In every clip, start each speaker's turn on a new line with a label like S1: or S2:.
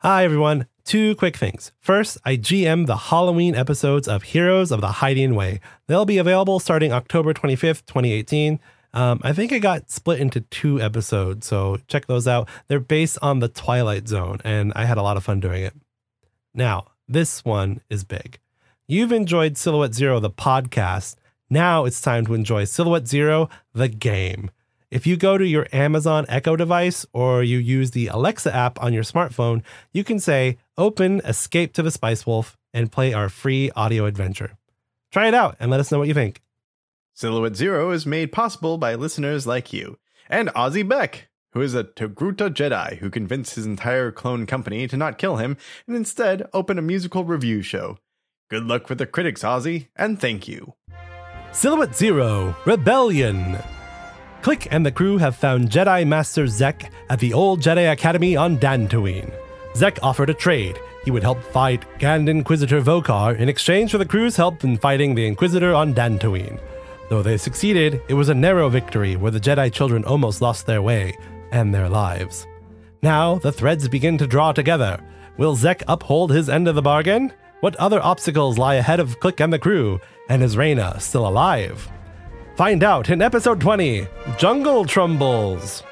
S1: Hi, everyone. Two quick things. First, I GM the Halloween episodes of Heroes of the Hiding Way. They'll be available starting October 25th, 2018. Um, I think I got split into two episodes, so check those out. They're based on the Twilight Zone, and I had a lot of fun doing it. Now, this one is big. You've enjoyed Silhouette Zero, the podcast. Now it's time to enjoy Silhouette Zero, the game. If you go to your Amazon Echo device or you use the Alexa app on your smartphone, you can say, Open Escape to the Spice Wolf and play our free audio adventure. Try it out and let us know what you think.
S2: Silhouette Zero is made possible by listeners like you and Ozzy Beck, who is a Togruta Jedi who convinced his entire clone company to not kill him and instead open a musical review show. Good luck with the critics, Ozzy, and thank you.
S1: Silhouette Zero Rebellion. Click and the crew have found Jedi Master Zek at the old Jedi Academy on Dantooine. Zek offered a trade. He would help fight Grand Inquisitor Vokar in exchange for the crew's help in fighting the Inquisitor on Dantooine. Though they succeeded, it was a narrow victory where the Jedi children almost lost their way and their lives. Now the threads begin to draw together. Will Zek uphold his end of the bargain? What other obstacles lie ahead of Click and the crew? And is Reyna still alive? Find out in episode 20 Jungle Trumbles.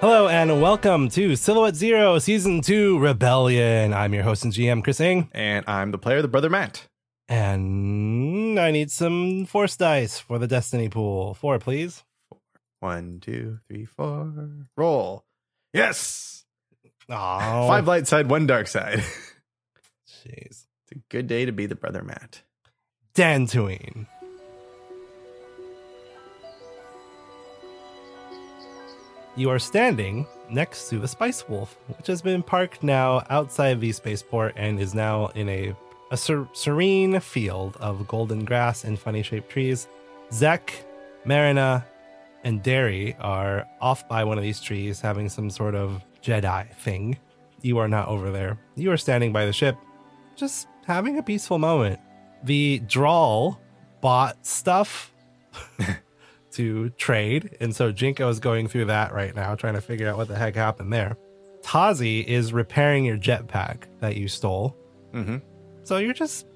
S1: Hello and welcome to Silhouette Zero Season 2 Rebellion. I'm your host and GM, Chris Ng,
S2: And I'm the player, the brother Matt.
S1: and I need some force dice for the Destiny pool. Four, please.
S2: One, two, three, four. Roll. Yes.
S1: Aww.
S2: Five light side, one dark side. it's
S1: Oh, Jeez.
S2: a good day to be the brother Matt.
S1: Dantooine. You are standing next to the Spice Wolf, which has been parked now outside the spaceport and is now in a, a ser- serene field of golden grass and funny shaped trees. Zek, Marina, and Derry are off by one of these trees having some sort of Jedi thing. You are not over there. You are standing by the ship, just having a peaceful moment the drawl bought stuff to trade. And so Jinko is going through that right now, trying to figure out what the heck happened there. Tazi is repairing your jetpack that you stole.
S2: Mm-hmm.
S1: So you're just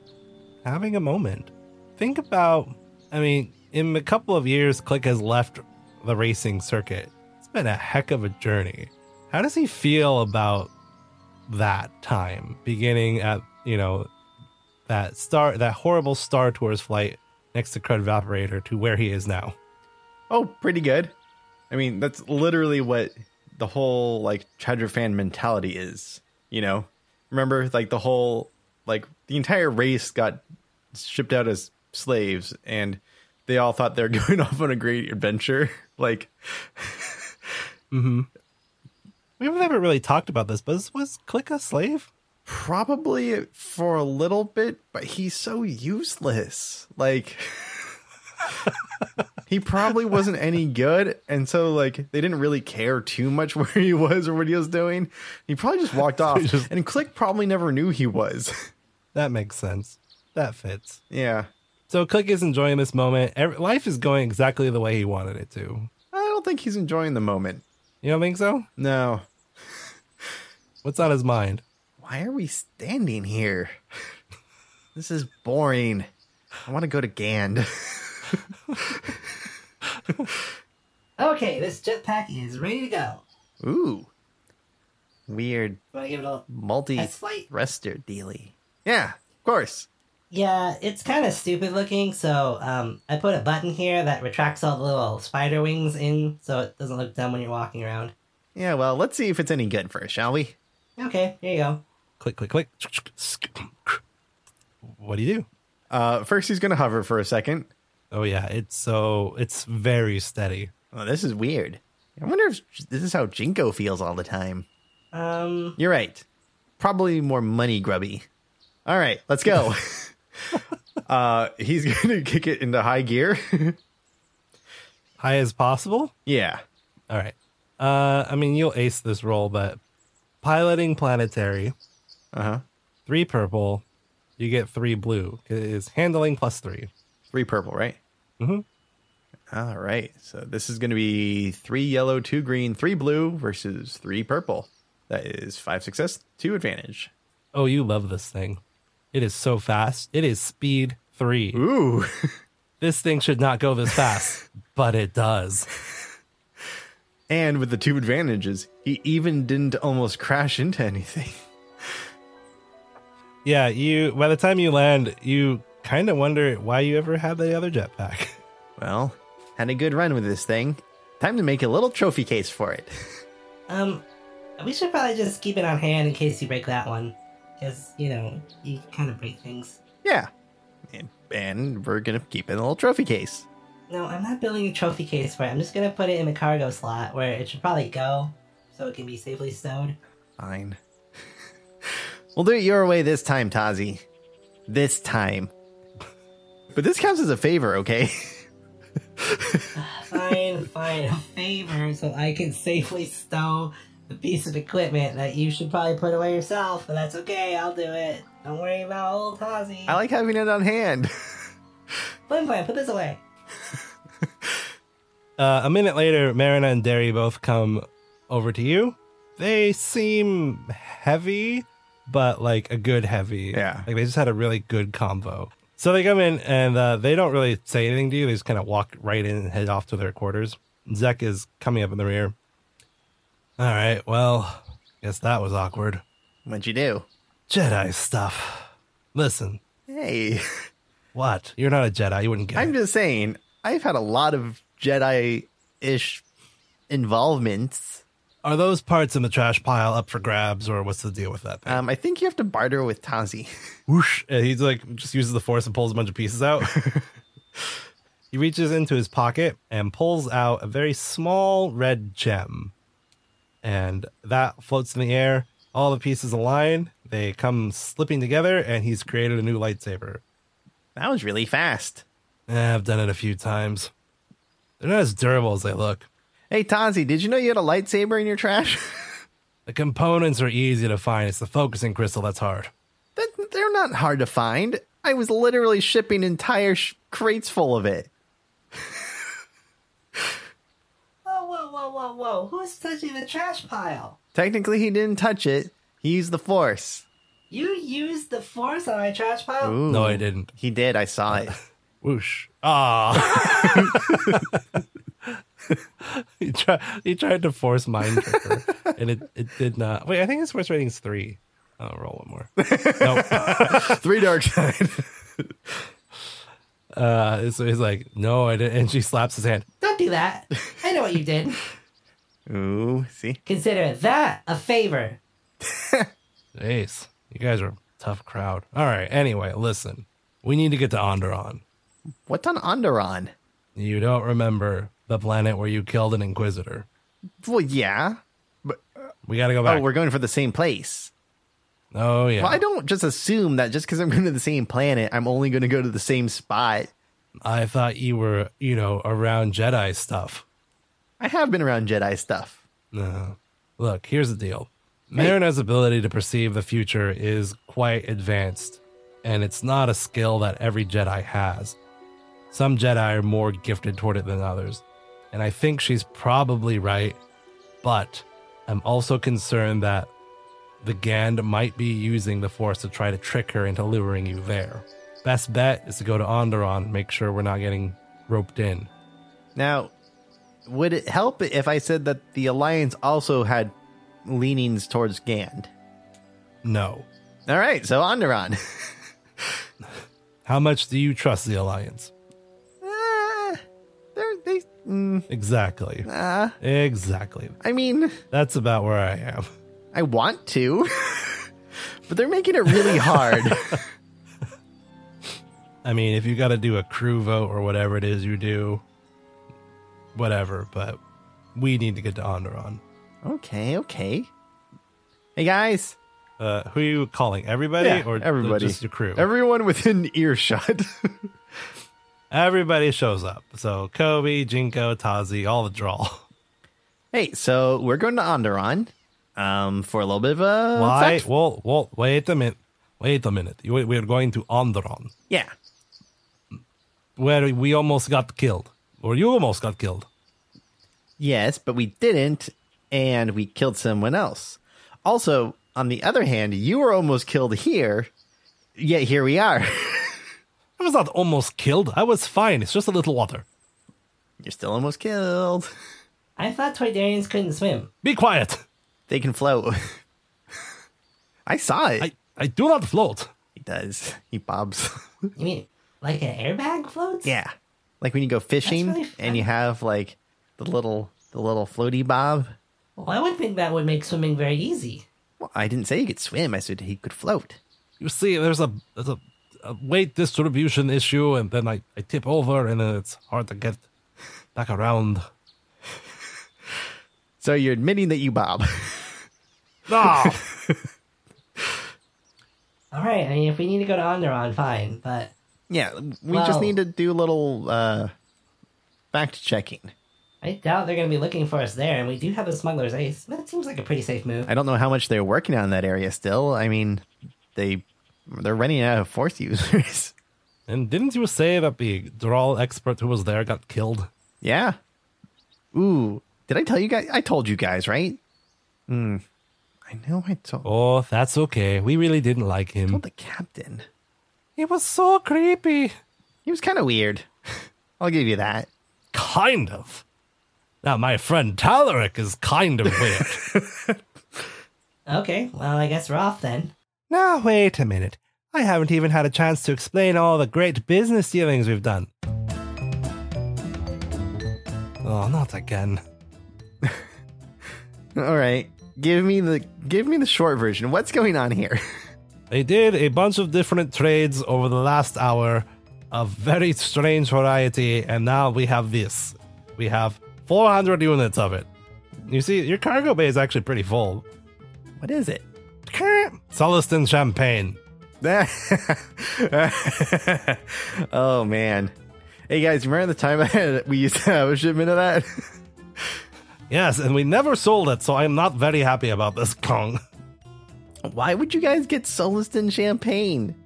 S1: having a moment. Think about, I mean, in a couple of years, Click has left the racing circuit. It's been a heck of a journey. How does he feel about that time, beginning at, you know, that star, that horrible Star Tours flight next to Crud Evaporator to where he is now?
S2: Oh, pretty good. I mean, that's literally what the whole like Treasure fan mentality is. You know, remember like the whole like the entire race got shipped out as slaves, and they all thought they're going off on a great adventure. Like,
S1: Mm-hmm. We've never really talked about this, but was Click a slave?
S2: probably for a little bit, but he's so useless. Like he probably wasn't any good, and so like they didn't really care too much where he was or what he was doing. He probably just walked off, and Click probably never knew he was.
S1: That makes sense. That fits.
S2: yeah,
S1: So Click is enjoying this moment. Every, life is going exactly the way he wanted it to.
S2: I don't think he's enjoying the moment.
S1: You don't think so?
S2: No,
S1: What's on his mind?
S2: why are we standing here? This is boring. I want to go to Gand.
S3: Okay, this jetpack is ready to go.
S2: Ooh, weird
S3: Want to give it a?
S2: multi
S3: That's flight.
S2: thruster dealy. Yeah, of course.
S3: Yeah, it's kind of stupid looking, so um, I put a button here that retracts all the little spider wings in, so it doesn't look dumb when you're walking around.
S2: Yeah, well, let's see if it's any good first, shall we?
S3: Okay, here you go.
S1: Click, click, click. What do you do?
S2: Uh, first, he's gonna hover for a second.
S1: Oh yeah, it's so it's very steady.
S2: Oh, this is weird. I wonder if this is how Jinko feels all the time.
S3: Um,
S2: You're right. Probably more money grubby. All right, let's go. uh, he's gonna kick it into high gear.
S1: High as possible.
S2: yeah.
S1: All right. Uh, I mean, you'll ace this roll, but piloting planetary,
S2: Uh huh.
S1: three purple, you get three blue. It is handling plus three.
S2: Three purple, right?
S1: Mhm.
S2: All right. So this is gonna be three yellow, two green, three blue versus three purple. That is five success, two advantage.
S1: Oh, you love this thing. It is so fast. It is speed three.
S2: Ooh.
S1: This thing should not go this fast, but it does.
S2: And with the two advantages, he even didn't almost crash into anything.
S1: Yeah, you. By the time you land, you kind of wonder why you ever had the other jetpack.
S2: Well, had a good run with this thing. Time to make a little trophy case for it.
S3: Um, we should probably just keep it on hand in case you break that one, because you know you kind of break things.
S2: Yeah. And, and we're going to keep it in a little trophy case.
S3: No, I'm not building a trophy case for it. I'm just gonna put it in the cargo slot where it should probably go, so it can be safely stowed.
S2: Fine. we'll do it your way this time, Tazi. This time. But this counts as a favor, okay?
S3: Fine, fine, a favor, so I can safely stow the piece of equipment that you should probably put away yourself. But that's okay. I'll do it. Don't worry about old Tazi.
S2: I like having it on hand.
S3: Flim Flam, put this away.
S1: Uh, a minute later, Marina and Derry both come over to you. They seem heavy, but like a good heavy.
S2: Yeah.
S1: Like they just had a really good combo. So they come in and uh, they don't really say anything to you. They just kind of walk right in and head off to their quarters. Zek is coming up in the rear. All right. Well, guess that was awkward.
S2: What'd you do?
S1: Jedi stuff. Listen,
S2: Hey,
S1: what? You're not a Jedi. You wouldn't get
S2: I'm
S1: it.
S2: just saying, I've had a lot of Jedi ish involvements.
S1: Are those parts in the trash pile up for grabs, or what's the deal with that thing?
S2: Um, I think you have to barter with Tazi.
S1: whoosh and he's like just uses the force and pulls a bunch of pieces out he reaches into his pocket and pulls out a very small red gem and that floats in the air all the pieces align they come slipping together and he's created a new lightsaber
S2: That was really fast.
S1: Eh, i've done it a few times they're not as durable as they look
S2: Hey, Tazi, did you know you had a lightsaber in your trash?
S1: the components are easy to find it's the focusing crystal that's hard
S2: that, they're not hard to find. I was literally shipping entire sh- crates full of it.
S3: Whoa, whoa, whoa, whoa, whoa! Who's touching the trash pile?
S2: Technically, he didn't touch it. He used the force.
S3: You used the force on my trash pile.
S2: Ooh.
S1: no i didn't
S2: He did. I saw it.
S1: Whoosh. Ah. he, tried, he tried to force mind trigger, and it, it did not. Wait, I think his force rating is three. I'll roll one more. nope.
S2: Three dark side.
S1: Uh, so he's like, no, I didn't. And she slaps his hand.
S3: Don't do that. I know what you did.
S2: Ooh, see?
S3: Consider that a favor.
S1: Ace, you guys are a tough crowd. All right. Anyway, listen, we need to get to Onderon.
S2: What's on Onderon?
S1: You don't remember the planet where you killed an Inquisitor.
S2: Well, yeah.
S1: We got to go
S2: Oh,
S1: back.
S2: we're going for the same place.
S1: Oh, yeah.
S2: Well, I don't just assume that just because I'm going to the same planet, I'm only going to go to the same spot.
S1: I thought you were, you know, around Jedi stuff.
S2: I have been around Jedi stuff.
S1: No. Look, here's the deal. Mariner's ability to perceive the future is quite advanced, and it's not a skill that every Jedi has. Some Jedi are more gifted toward it than others, and I think she's probably right, but I'm also concerned that the Gand might be using the Force to try to trick her into luring you there. Best bet is to go to Onderon, and make sure we're not getting roped in.
S2: Now, would it help if I said that the Alliance also had leanings towards Gand?
S1: No.
S2: All right, so Onderon.
S1: How much do you trust the Alliance?
S2: Ah, they're, they, mm,
S1: Exactly.
S2: ah,
S1: Exactly.
S2: I mean,
S1: That's about where I am.
S2: I want to, but they're making it really hard.
S1: I mean, if you got to do a crew vote or whatever it is you do, whatever, but we need to get to Onderon.
S2: okay, okay. Hey guys,
S1: Uh, who are you calling? Everybody
S2: Yeah,
S1: or
S2: everybody.
S1: just your crew?
S2: everyone within earshot.
S1: everybody shows up. So Kobe, Jinko, Tazi, all the draw.
S2: hey, so we're going to Onderon, um, for a little bit of a
S1: Why?
S2: fact-
S1: Well, well, wait a minute. Wait a minute. You- We're going to Onderon,
S2: Yeah,
S1: where we almost got killed. Or you almost got killed.
S2: yes, but we didn't, and we killed someone else. Also, on the other hand, you were almost killed here, yet here we are.
S1: I was not almost killed. I was fine. It's just a little water.
S2: You're still almost killed.
S3: I thought Toydarians couldn't swim.
S1: Be quiet.
S2: They can float. I saw it.
S1: I, I do not float.
S2: he does. He bobs.
S3: You mean like an airbag floats?
S2: yeah. Like when you go fishing
S3: really fun.
S2: and you have like the little the little floaty bob.
S3: Well, I would think that would make swimming very easy.
S2: Well, I didn't say he could swim. I said he could float.
S1: You see, there's a, there's a, a weight distribution issue, and then I, I tip over, and then it's hard to get back around.
S2: So you're admitting that you bob.
S1: No!
S3: All right. I mean, if we need to go to Onderon, fine. But
S2: yeah, we
S3: Wow.
S2: just need to do a little uh, fact checking.
S3: I doubt they're going to be looking for us there. And we do have the smuggler's ace. That seems like a pretty safe move.
S2: I don't know how much they're working on that area still. I mean, they they're running out of force users.
S1: and didn't you say that the drawl expert who was there got killed?
S2: yeah. Ooh, did I tell you guys? I told you guys, right? Hmm. I know I told,
S1: Oh, that's okay. We really didn't like him.
S2: told the captain.
S1: He was so creepy.
S2: He was kind of weird. I'll give you that.
S1: Kind of. Now, my friend Talaric is kind of weird.
S3: Okay. Well, I guess we're off then.
S1: Now, wait a minute. I haven't even had a chance to explain all the great business dealings we've done. Oh, not again.
S2: All right, give me the give me the short version. What's going on here?
S1: They did a bunch of different trades over the last hour, a very strange variety, and now we have this. We have 400 units of it. You see, your cargo bay is actually pretty full.
S2: What is it?
S1: Celestin champagne.
S2: oh man. Hey guys, remember the time I had, we used to have a shipment of that?
S1: Yes, and we never sold it, so I'm not very happy about this Kong.
S2: Why would you guys get Soliston champagne?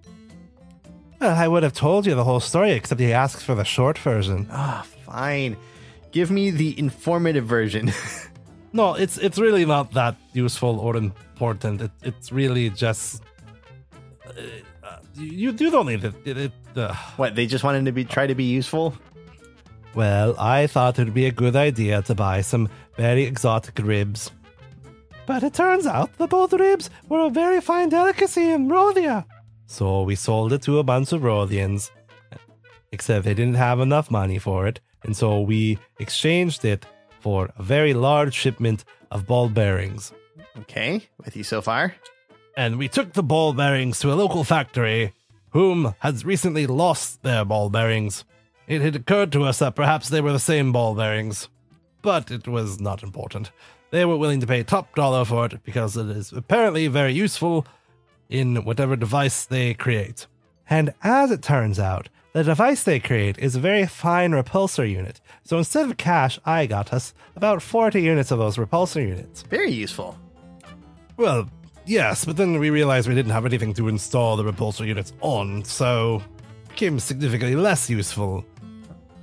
S1: Well, I would have told you the whole story, except you asked for the short version.
S2: Ah, fine. Give me the informative version.
S1: No, it's it's really not that useful or important. It, it's really just uh, uh, you, you don't need it. it, it uh.
S2: what, they just wanted to be try to be useful?
S1: Well, I thought it'd be a good idea to buy some very exotic ribs, but it turns out that both ribs were a very fine delicacy in Rhodia. So we sold it to a bunch of Rhodians, except they didn't have enough money for it, and so we exchanged it for a very large shipment of ball bearings.
S2: Okay, with you so far?
S1: and we took the ball bearings to a local factory, whom has recently lost their ball bearings. It had occurred to us that perhaps they were the same ball bearings, but it was not important. They were willing to pay top dollar for it because it is apparently very useful in whatever device they create. And as it turns out, the device they create is a very fine repulsor unit. So instead of cash, I got us about 40 units of those repulsor units.
S2: Very useful.
S1: Well, yes, but then we realized we didn't have anything to install the repulsor units on, so it became significantly less useful.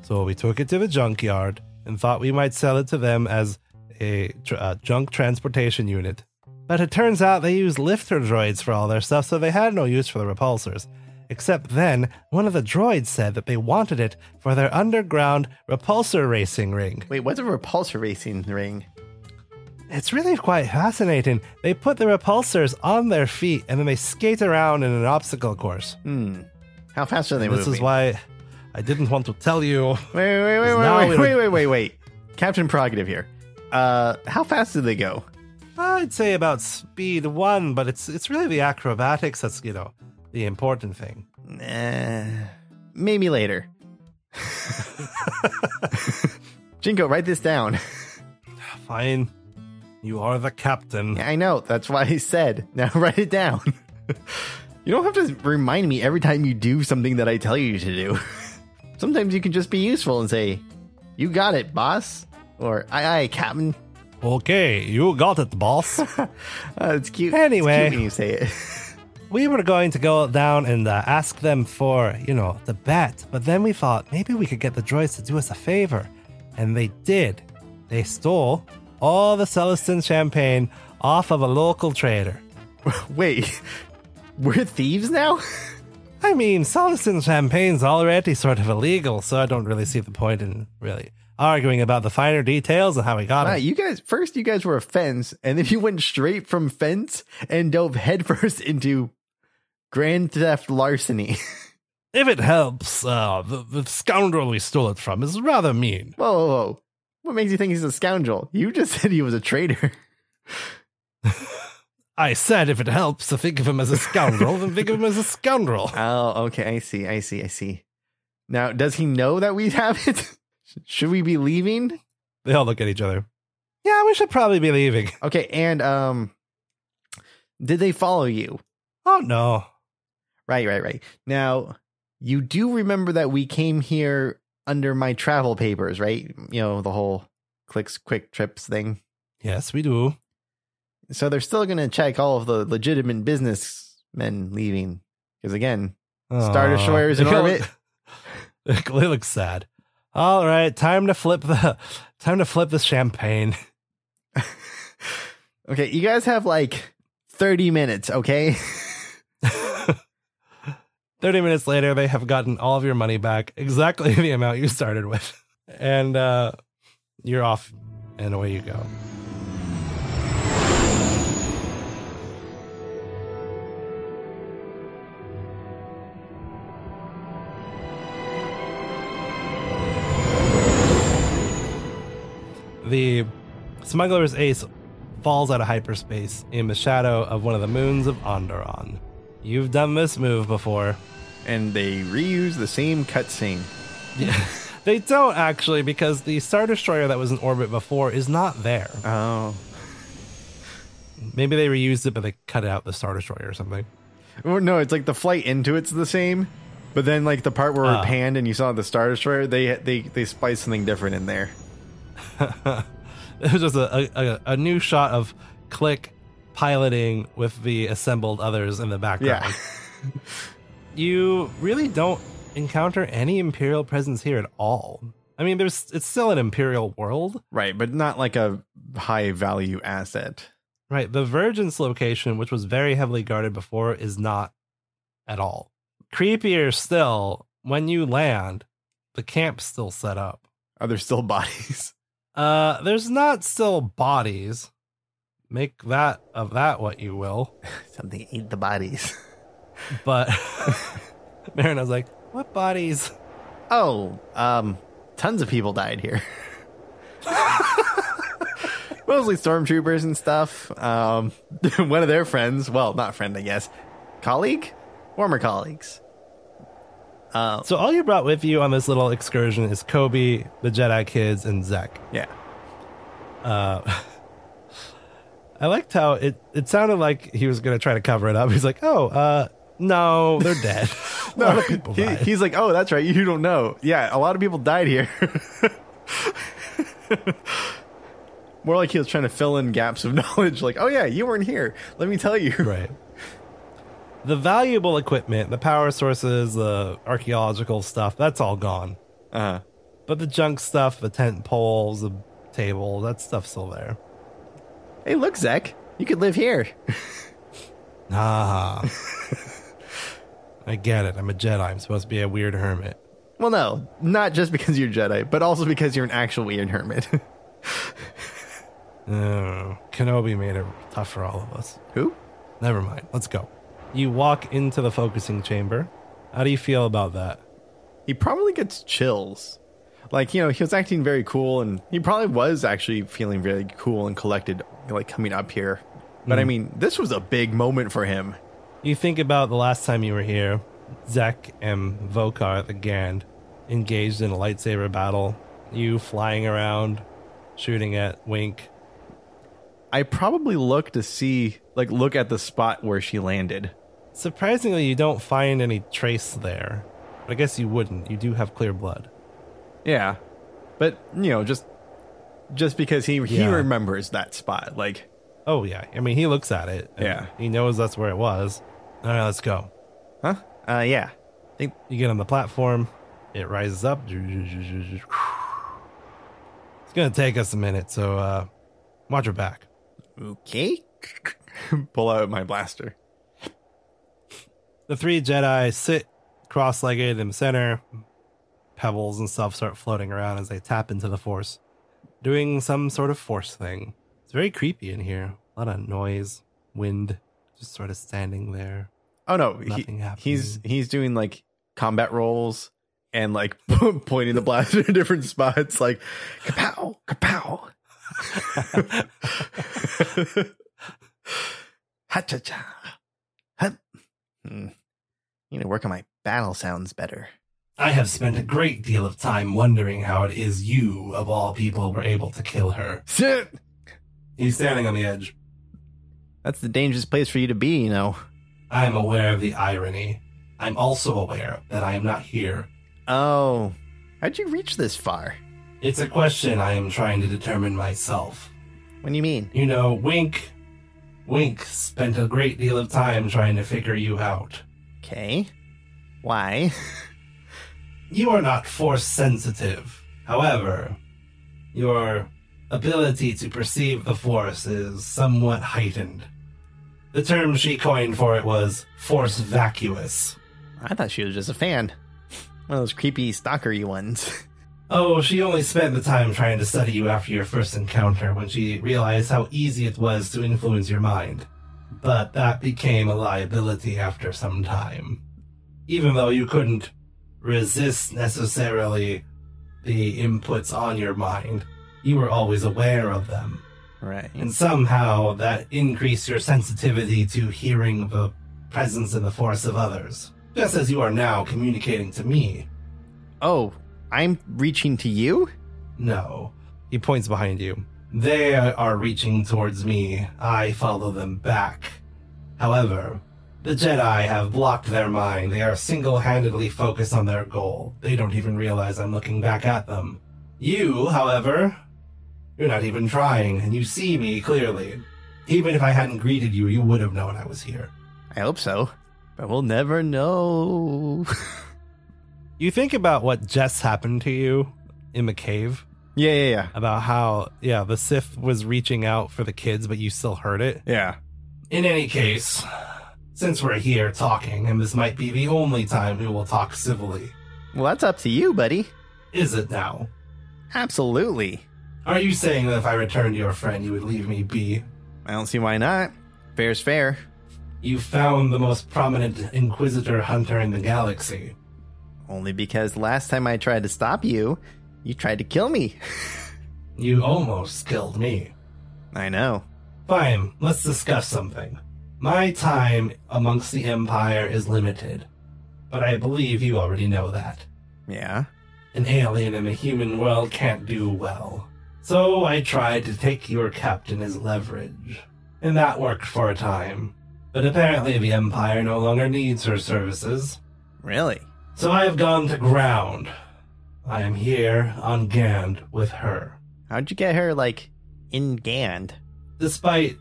S1: So we took it to the junkyard and thought we might sell it to them as a tr- uh, junk transportation unit. But it turns out they use lifter droids for all their stuff, so they had no use for the repulsors. Except then, one of the droids said that they wanted it for their underground repulsor racing ring.
S2: Wait, what's a repulsor racing ring?
S1: It's really quite fascinating. They put the repulsors on their feet and then they skate around in an obstacle course.
S2: How fast are they
S1: This
S2: moving?
S1: is why I didn't want to tell you.
S2: Wait, wait, wait,
S1: now
S2: wait,
S1: we
S2: wait,
S1: would-
S2: wait, wait, wait, wait. Captain Prerogative here. Uh, how fast do they go?
S1: I'd say about speed one, but it's it's really the acrobatics that's you know the important thing.
S2: Nah, maybe later. Jinko, write this down.
S1: Fine, you are the captain.
S2: I know. That's why I said. Now write it down. you don't have to remind me every time you do something that I tell you to do. Sometimes you can just be useful and say, "You got it, boss," or "Aye, aye, captain."
S1: Okay, you got it, boss.
S2: Uh, it's cute.
S1: Anyway.
S2: it's cute when you say it.
S1: we were going to go down and uh, ask them for, you know, the bet, but then we thought maybe we could get the droids to do us a favor. And they did. They stole all the Celestin champagne off of a local trader.
S2: Wait, we're thieves now?
S1: I mean, Solacin champagne's already sort of illegal, so I don't really see the point in really arguing about the finer details and how we got
S2: Wow,
S1: it.
S2: you guys, first you guys were a fence, and then you went straight from fence and dove headfirst into grand theft larceny.
S1: If it helps, uh, the, the scoundrel we stole it from is rather mean.
S2: Whoa, whoa, whoa. What makes you think he's a scoundrel? You just said he was a traitor.
S1: I said if it helps to think of him as a scoundrel, then think of him as a scoundrel.
S2: Oh, okay. I see. I see. I see. Now, does he know that we have it? Should we be leaving?
S1: They all look at each other. Yeah, we should probably be leaving.
S2: Okay. And, um, did they follow you?
S1: Oh no.
S2: Right, right, right. Now, you do remember that we came here under my travel papers, right? You know, the whole clicks, quick trips thing.
S1: Yes, we do.
S2: So they're still going to check all of the legitimate businessmen leaving. Because again, Star
S1: Aw.
S2: Destroyers in
S1: They all-
S2: orbit.
S1: they look sad. All right, time to flip the time to flip the champagne.
S2: okay, you guys have like 30 minutes, okay?
S1: 30 minutes later, they have gotten all of your money back, exactly the amount you started with. And uh, you're off, and away you go. The smuggler's ace falls out of hyperspace in the shadow of one of the moons of Onderon. You've done this move before.
S2: And they reuse the same cutscene.
S1: They don't actually, because the Star Destroyer that was in orbit before is not there.
S2: Oh.
S1: Maybe they reused it, but they cut out the Star Destroyer or something.
S2: Well, no, it's like the flight into it's the same, but then like the part where
S1: Ah.
S2: it panned and you saw the Star Destroyer, they they they spliced something different in there.
S1: it was just a, a, a- a new shot of Click piloting with the assembled others in the background.
S2: Yeah.
S1: You really don't encounter any Imperial presence here at all. I mean, there's it's still an Imperial world,
S2: right, but not like a high value asset.
S1: Right. The Virgin's location, which was very heavily guarded before, is not at all. Creepier still, when you land, the camp's still set up.
S2: Are there still bodies?
S1: Uh there's not still bodies. Make that of that what you will.
S2: Something ate the bodies.
S1: But Marin was like, What bodies?
S2: Oh, um, tons of people died here. Mostly stormtroopers and stuff. Um, one of their friends, well, not friend, I guess, colleague, former colleagues.
S1: So all you brought with you on this little excursion is Kobe, the Jedi kids, and Zek.
S2: Yeah,
S1: I liked how it, it sounded like he was gonna try to cover it up. He's like, Oh, uh, no, they're dead. a lot of people
S2: he,
S1: died.
S2: he's like, oh, that's right, you don't know. Yeah, a lot of people died here. More like he was trying to fill in gaps of knowledge. Like, oh yeah, you weren't here. Let me tell you.
S1: Right. The valuable equipment, the power sources, the archaeological stuff, that's all gone.
S2: Uh,
S1: But the junk stuff, the tent poles, the table, that stuff's still there.
S2: hey, look, Zach, you could live here.
S1: Ah. I get it. I'm a Jedi. I'm supposed to be a weird hermit.
S2: Well, no, not just because you're Jedi, but also because you're an actual weird hermit.
S1: Oh, Kenobi made it tough for all of us.
S2: Who?
S1: Never mind. Let's go. You walk into the focusing chamber. How do you feel about that?
S2: He probably gets chills. Like, you know, he was acting very cool and he probably was actually feeling very cool and collected, like coming up here. But
S1: Mm.
S2: I mean, this was a big moment for him.
S1: You think about the last time you were here, Zek and Vokar the Gand engaged in a lightsaber battle, you flying around, shooting at Wink.
S2: I probably look to see, like, look at the spot where she landed.
S1: Surprisingly, you don't find any trace there. But I guess you wouldn't. You do have clear blood.
S2: Yeah. But, you know, just just because he he
S1: Yeah.
S2: remembers that spot. Like,
S1: Oh, yeah. I mean, he looks at it. and
S2: Yeah.
S1: He knows that's where it was. All right, let's go.
S2: huh? Uh yeah. I think
S1: You get on the platform, it rises up. It's going to take us a minute, so uh, watch your back.
S2: okay. pull out my blaster.
S1: The three Jedi sit cross legged in the center. Pebbles and stuff start floating around as they tap into the force, doing some sort of force thing. It's very creepy in here. A lot of noise, wind, just sort of standing there.
S2: Oh no, he,
S1: Nothing happening.
S2: he's he's doing like combat rolls and like pointing the blaster in different spots, like kapow, kapow. ha cha cha. Hup. Hmm. Need to work on my battle sounds better.
S1: I have spent a great deal of time wondering how it is you, of all people, were able to kill her.
S2: Shit.
S1: He's standing on the edge.
S2: That's the dangerous place for you to be, you know.
S1: I am aware of the irony. I'm also aware that I am not here.
S2: Oh, how'd you reach this far?
S1: It's a question I am trying to determine myself.
S2: What do you mean?
S1: You know, Wink. Wink spent a great deal of time trying to figure you out.
S2: Okay. Why?
S1: You are not force sensitive. However, your ability to perceive the force is somewhat heightened. The term she coined for it was force vacuous.
S2: I thought she was just a fan. One of those creepy stalkery ones.
S1: Oh, she only spent the time trying to study you after your first encounter when she realized how easy it was to influence your mind. But that became a liability after some time. Even though you couldn't resist necessarily the inputs on your mind, you were always aware of them.
S2: Right.
S1: And somehow that increased your sensitivity to hearing the presence and the force of others. Just as you are now communicating to me.
S2: Oh, I'm reaching to you?
S1: No. He points behind you. They are reaching towards me. I follow them back. However, the Jedi have blocked their mind. They are single handedly focused on their goal. They don't even realize I'm looking back at them. You, however, you're not even trying, and you see me clearly. Even if I hadn't greeted you, you would have known I was here.
S2: I hope so. But we'll never know.
S1: You think about what just happened to you in the cave?
S2: yeah, yeah, yeah.
S1: about how yeah the Sith was reaching out for the kids, but you still heard it.
S2: Yeah.
S1: In any case, since we're here talking, and this might be the only time we will talk civilly,
S2: Well, that's up to you, buddy.
S1: is it now?
S2: Absolutely.
S1: Are you saying that if I returned your friend, you would leave me be?
S2: I don't see why not. Fair's fair.
S1: You found the most prominent Inquisitor hunter in the galaxy.
S2: Only because last time I tried to stop you, you tried to kill me.
S1: You almost killed me.
S2: I know.
S1: Fine, let's discuss something. My time amongst the Empire is limited, but I believe you already know that.
S2: Yeah.
S1: An alien in a human world can't do well. So I tried to take your captain as leverage. And that worked for a time. But apparently the Empire no longer needs her services.
S2: Really?
S1: So I have gone to ground. I am here on Gand with her.
S2: How'd you get her, like, in Gand?
S1: Despite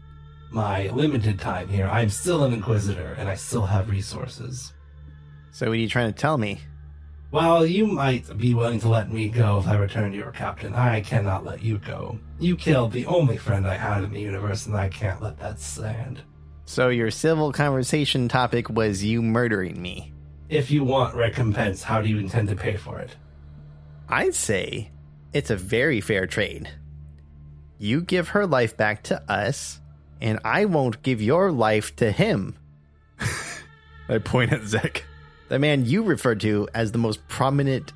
S1: my limited time here, I'm still an Inquisitor and I still have resources.
S2: So, what are you trying to tell me?
S1: While you might be willing to let me go if I return to your captain, I cannot let you go. You killed the only friend I had in the universe, and I can't let that stand.
S2: So, your civil conversation topic was you murdering me.
S1: If you want recompense, how do you intend to pay for it?
S2: I'd say it's a very fair trade. You give her life back to us, and I won't give your life to him. I point at Zek. The man you referred to as the most prominent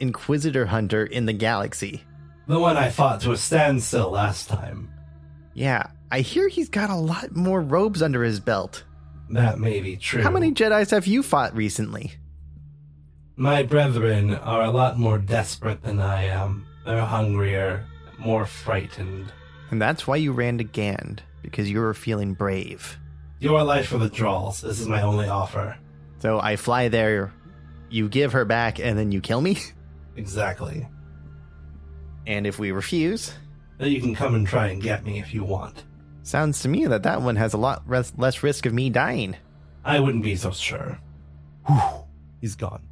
S2: Inquisitor hunter in the galaxy.
S1: The one I fought to a standstill last time.
S2: Yeah, I hear he's got a lot more robes under his belt.
S1: That may be true.
S2: How many Jedi's have you fought recently?
S1: My brethren are a lot more desperate than I am. They're hungrier, more frightened.
S2: And that's why you ran to Gand, because you were feeling brave.
S1: Your life for the Drawls. This is my only offer.
S2: So I fly there, you give her back, and then you kill me?
S1: Exactly.
S2: And if we refuse,
S1: Then you can come and try and get me if you want.
S2: sounds to me that that one has a lot res- less risk of me dying.
S1: I wouldn't be so sure. Whew, he's gone.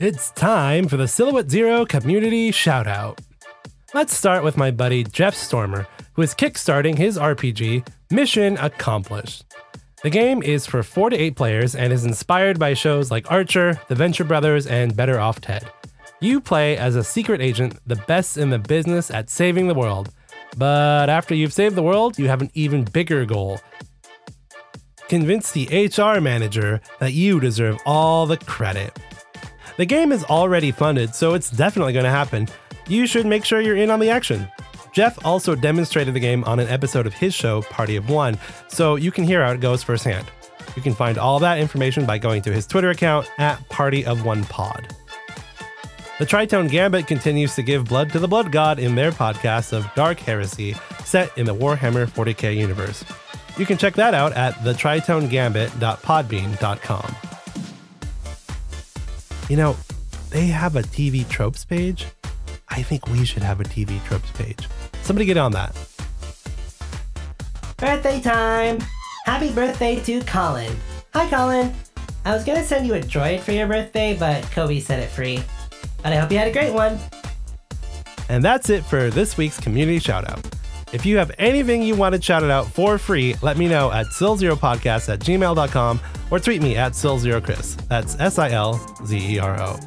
S1: It's time for the Silhouette Zero community shoutout. Let's start with my buddy Jeff Stormer, who is kickstarting his RPG, Mission Accomplished. The game is for 4 to 8 players and is inspired by shows like Archer, The Venture Brothers, and Better Off Ted. You play as a secret agent, the best in the business at saving the world. But after you've saved the world, you have an even bigger goal convince the HR manager that you deserve all the credit. The game is already funded, so it's definitely going to happen. You should make sure you're in on the action. Jeff also demonstrated the game on an episode of his show, Party of One, so you can hear how it goes firsthand. You can find all that information by going to his Twitter account at Party of One Pod. The Tritone Gambit continues to give blood to the Blood God in their podcast of Dark Heresy, set in the Warhammer 40k universe. You can check that out at thetritonegambit.podbean.com. You know, they have a TV tropes page. I think we should have a TV tropes page. Somebody get on that.
S3: Birthday time! Happy birthday to Colin. Hi, Colin. I was gonna send you a droid for your birthday, but Kobe set it free. But I hope you had a great one.
S1: And that's it for this week's community shout out. If you have anything you wanted shouted out for free, let me know at silzeropodcast at gmail.com or tweet me at silzerochris. That's S I L Z E R O.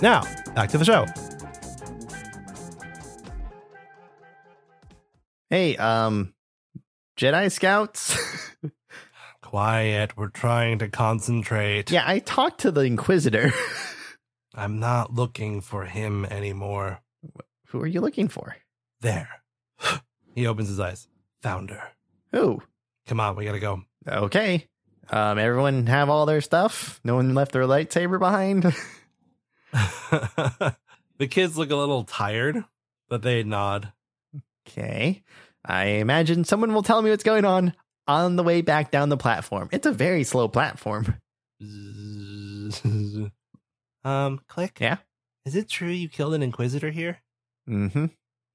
S1: Now, back to the show.
S2: Hey, um, Jedi Scouts.
S1: Quiet, we're trying to concentrate.
S2: yeah, I talked to the Inquisitor.
S1: I'm not looking for him anymore.
S2: Who are you looking for?
S1: There. he opens his eyes. Founder.
S2: Who?
S1: Come on, we gotta go.
S2: Okay. Um, everyone have all their stuff. No one left their lightsaber behind.
S1: the kids look a little tired, but they nod.
S2: okay. I imagine someone will tell me what's going on on the way back down the platform. It's a very slow platform.
S1: um, click.
S2: Yeah?
S1: Is it true you killed an inquisitor here?
S2: Mm-hmm.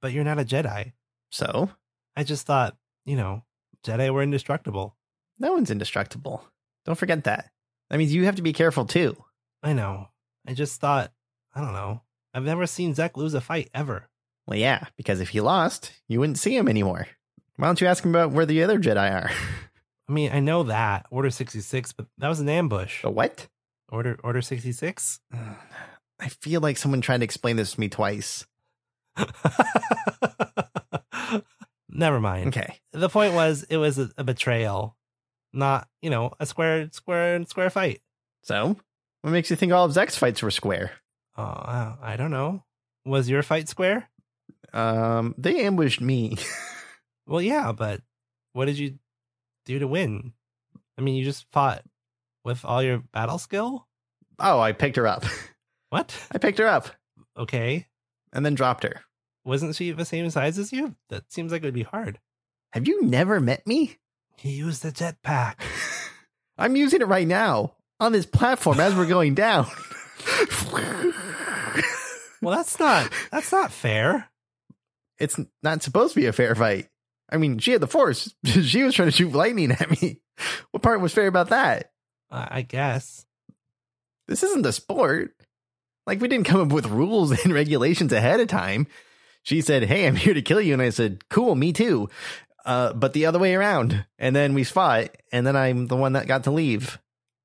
S1: But you're not a Jedi.
S2: So
S1: I just thought, you know, Jedi were indestructible.
S2: no one's indestructible. Don't forget that. That means you have to be careful too.
S1: I know. I just thought, I don't know. I've never seen Zek lose a fight ever.
S2: Well, yeah, because if he lost, you wouldn't see him anymore. Why don't you ask him about where the other Jedi are?
S1: I mean, I know that Order 66, but that was an ambush.
S2: the what?
S1: Order Order 66?
S2: I feel like someone tried to explain this to me twice.
S1: Never mind.
S2: Okay.
S1: The point was it was a, a betrayal, not, you know, a square square and square fight.
S2: So, what makes you think all of Zek's fights were square?
S1: Oh, uh, I don't know. Was your fight square?
S2: Um, they ambushed me.
S1: Well, yeah, but what did you do to win? I mean, you just fought with all your battle skill?
S2: oh, I picked her up.
S1: What?
S2: I picked her up
S1: Okay.
S2: and then dropped her.
S1: Wasn't she the same size as you? That seems like it would be hard.
S2: Have you never met me?
S1: He used the jetpack.
S2: I'm using it right now on this platform as we're going down.
S1: Well, that's not that's not fair.
S2: it's not supposed to be a fair fight. I mean, she had the force. she was trying to shoot lightning at me. What part was fair about that?
S1: I I guess.
S2: This isn't a sport. Like, we didn't come up with rules and regulations ahead of time. She said, Hey, I'm here to kill you. And I said, Cool, me too. Uh, but the other way around. And then we fought. And then I'm the one that got to leave.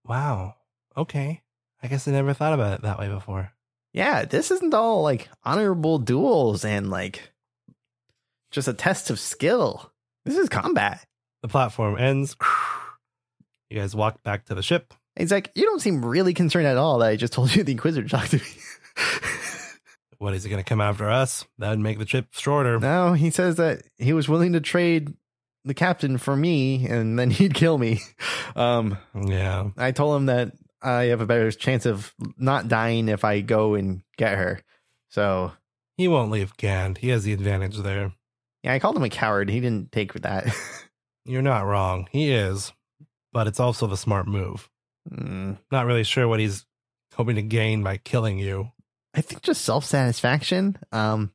S1: Wow. Okay. I guess I never thought about it that way before.
S2: Yeah, this isn't all like honorable duels and like just a test of skill. This is combat.
S1: The platform ends. You guys walk back to the ship.
S2: He's like, you don't seem really concerned at all that I just told you the Inquisitor talked to me.
S1: What is he going to come after us? That would make the trip shorter.
S2: no, he says that he was willing to trade the captain for me and then he'd kill me. Um,
S1: Yeah.
S2: I told him that I have a better chance of not dying if I go and get her. So
S1: He won't leave Gand. He has the advantage there.
S2: yeah, I called him a coward. He didn't take that.
S1: You're not wrong. He is, but it's also the smart move.
S2: Hmm.
S1: Not really sure what he's hoping to gain by killing you.
S2: I think just self satisfaction. Um,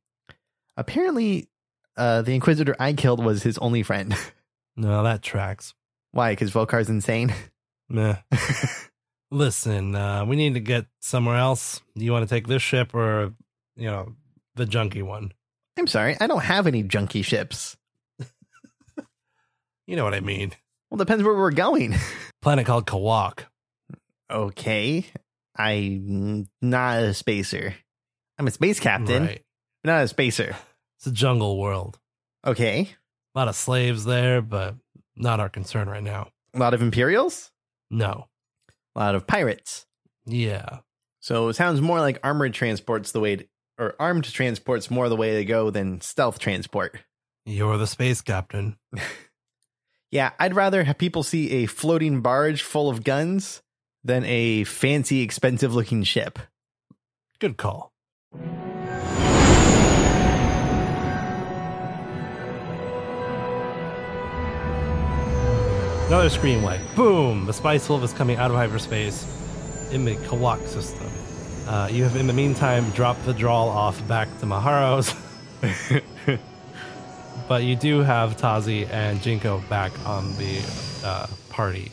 S2: apparently, uh, the Inquisitor I killed was his only friend.
S1: No, that tracks.
S2: Why? Because Volkar's insane.
S1: Meh. listen, uh, we need to get somewhere else. Do you want to take this ship or, you know, the junky one?
S2: I'm sorry, I don't have any junky ships.
S1: You know what I mean.
S2: Well, depends where we're going.
S1: Planet called Kawak.
S2: Okay, I'm not a spacer. I'm a space captain,
S1: Right.
S2: but not a spacer.
S1: It's a jungle world.
S2: Okay,
S1: A lot of slaves there, but not our concern right now.
S2: a lot of Imperials,
S1: No.
S2: a lot of pirates.
S1: Yeah.
S2: So it sounds more like armored transports the way, to, or armed transports more the way to go than stealth transport.
S1: You're the space captain.
S2: Yeah, I'd rather have people see a floating barge full of guns than a fancy, expensive looking ship.
S1: Good call. Another screenway. Boom! The Spice Wolf is coming out of hyperspace in the Kawak system. Uh, you have, in the meantime, dropped the drawl off back to Maharo's, but you do have Tazi and Jinko back on the uh, party.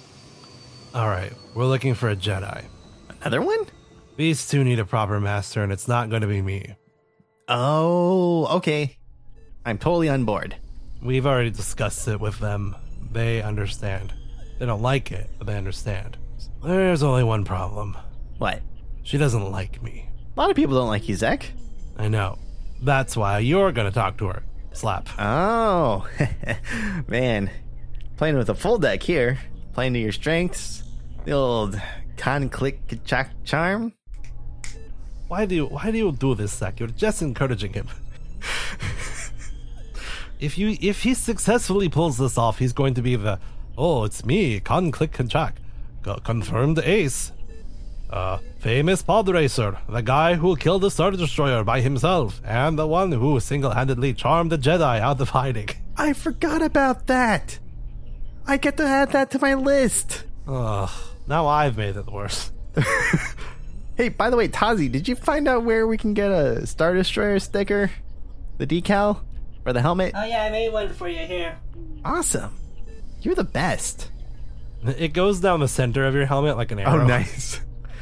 S1: All right, we're looking for a Jedi.
S2: Another one?
S1: These two need a proper master, and it's not going to be me.
S2: Oh, okay. I'm totally on board.
S1: We've already discussed it with them. They understand. They don't like it, but they understand. There's only one problem.
S2: What?
S1: She doesn't like me.
S2: A lot of people don't like you, Zek.
S1: I know. That's why you're going to talk to her. Slap.
S2: Oh, man. Playing with a full deck here. Playing to your strengths. The old con click kachak charm.
S1: Why do you, why do you do this, Zach? You're just encouraging him. if you if he successfully pulls this off, he's going to be the oh, it's me, con click contract, confirmed ace, uh, famous pod racer, the guy who killed the star destroyer by himself, and the one who single-handedly charmed the Jedi out of hiding.
S2: I forgot about that. I get to add that to my list.
S1: Ugh, now I've made it worse.
S2: Hey, by the way, Tazi, did you find out where we can get a Star Destroyer sticker? The decal? Or the helmet?
S3: Oh yeah, I made one for you here.
S2: Awesome. You're the best.
S1: It goes down the center of your helmet like an arrow.
S2: Oh, nice.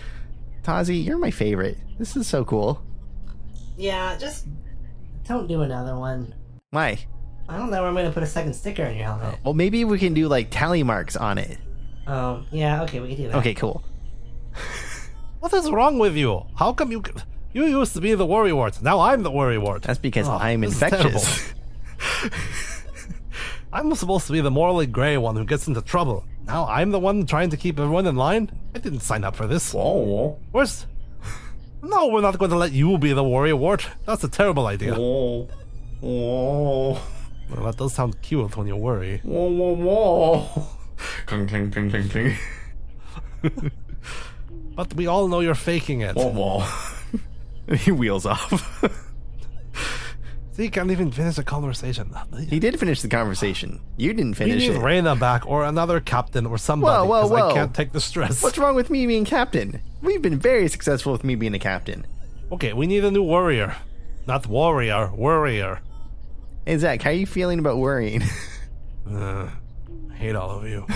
S2: Tazi, you're my favorite. This is so cool.
S3: Yeah, just don't do another one.
S2: Why?
S3: I don't know where I'm gonna put a second sticker on your helmet.
S2: Well, maybe we can do like tally marks on it.
S3: Um, yeah, okay, we can do that.
S2: Okay, cool.
S1: What is wrong with you? How come you you used to be the worry wart? Now I'm the worry wart.
S2: That's because
S1: Oh,
S2: I'm
S1: this is
S2: infectious.
S1: terrible. I'm supposed to be the morally gray one who gets into trouble. Now I'm the one trying to keep everyone in line. I didn't sign up for this.
S4: Oh,
S1: Worse. No, we're not going to let you be the warrior wart. That's a terrible idea.
S4: oh, oh,
S1: Well, that does sound cute when you worry.
S4: whoa, whoa, whoa. Cling, cling, cling, cling, cling.
S1: But we all know you're faking it.
S4: Whoa,
S2: Oh.
S4: whoa.
S2: he wheels off.
S1: See, you can't even finish a conversation.
S2: he did finish the conversation. You didn't
S1: We
S2: finish
S1: need
S2: it.
S1: Reyna back or another captain or somebody.
S2: Whoa, whoa,
S1: 'cause I
S2: whoa.
S1: can't take the stress.
S2: What's wrong with me being captain? We've been very successful with me being a captain.
S1: Okay, we need a new warrior. Not warrior, warrior.
S2: Hey Zach, how are you feeling about worrying?
S1: Uh, I hate all of you.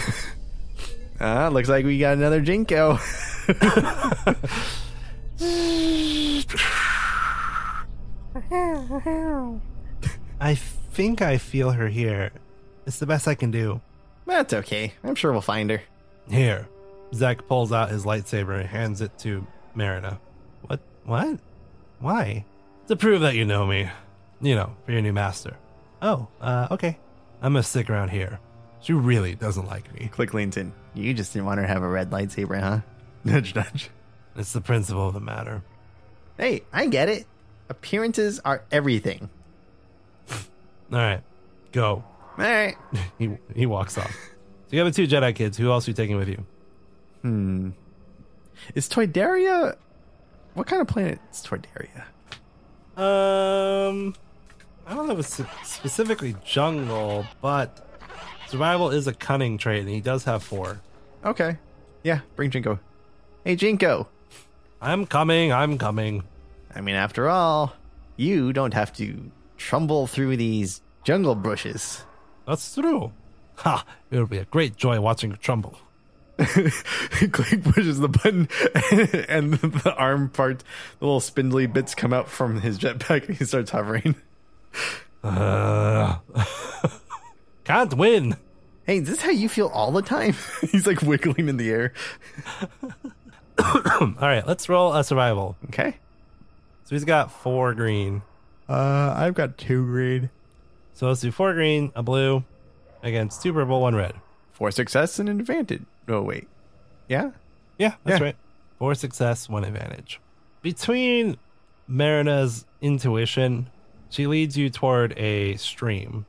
S2: Uh, looks like we got another Jinko.
S1: I think I feel her here. It's the best I can do.
S2: That's okay. I'm sure we'll find her.
S1: Here. Zack pulls out his lightsaber and hands it to Marina. What? What? Why? To prove that you know me. You know, for your new master. Oh, uh, okay. I'm gonna stick around here. She really doesn't like me.
S2: Click Linton. You just didn't want her to have a red lightsaber, huh? Nudge, nudge.
S1: It's the principle of the matter.
S2: Hey, I get it. Appearances are everything.
S1: Alright, go.
S2: All right.
S1: He he walks off. So you have the two Jedi kids. Who else are you taking with you?
S2: Hmm. Is Toydaria. What kind of planet is Toydaria?
S1: Um, I don't know if it's specifically jungle, but survival is a cunning trait, and he does have four.
S2: Okay. Yeah, bring Jinko. Hey, Jinko.
S1: I'm coming. I'm coming.
S2: I mean, after all, you don't have to trumble through these jungle bushes.
S1: That's true. Ha! It'll be a great joy watching you tremble.
S2: Click pushes the button, and the arm part, the little spindly bits come out from his jetpack, and he starts hovering.
S1: Uh, can't win.
S2: Hey, is this how you feel all the time? He's like wiggling in the air.
S1: All right, let's roll a survival.
S2: Okay.
S1: So he's got four green.
S2: Uh, I've got two green.
S1: So let's do four green, a blue, against two purple, one red.
S2: Four success and an advantage. Oh wait, yeah.
S1: Yeah, that's
S2: Yeah.
S1: right. Four success, one advantage. Between Marina's intuition, she leads you toward a stream.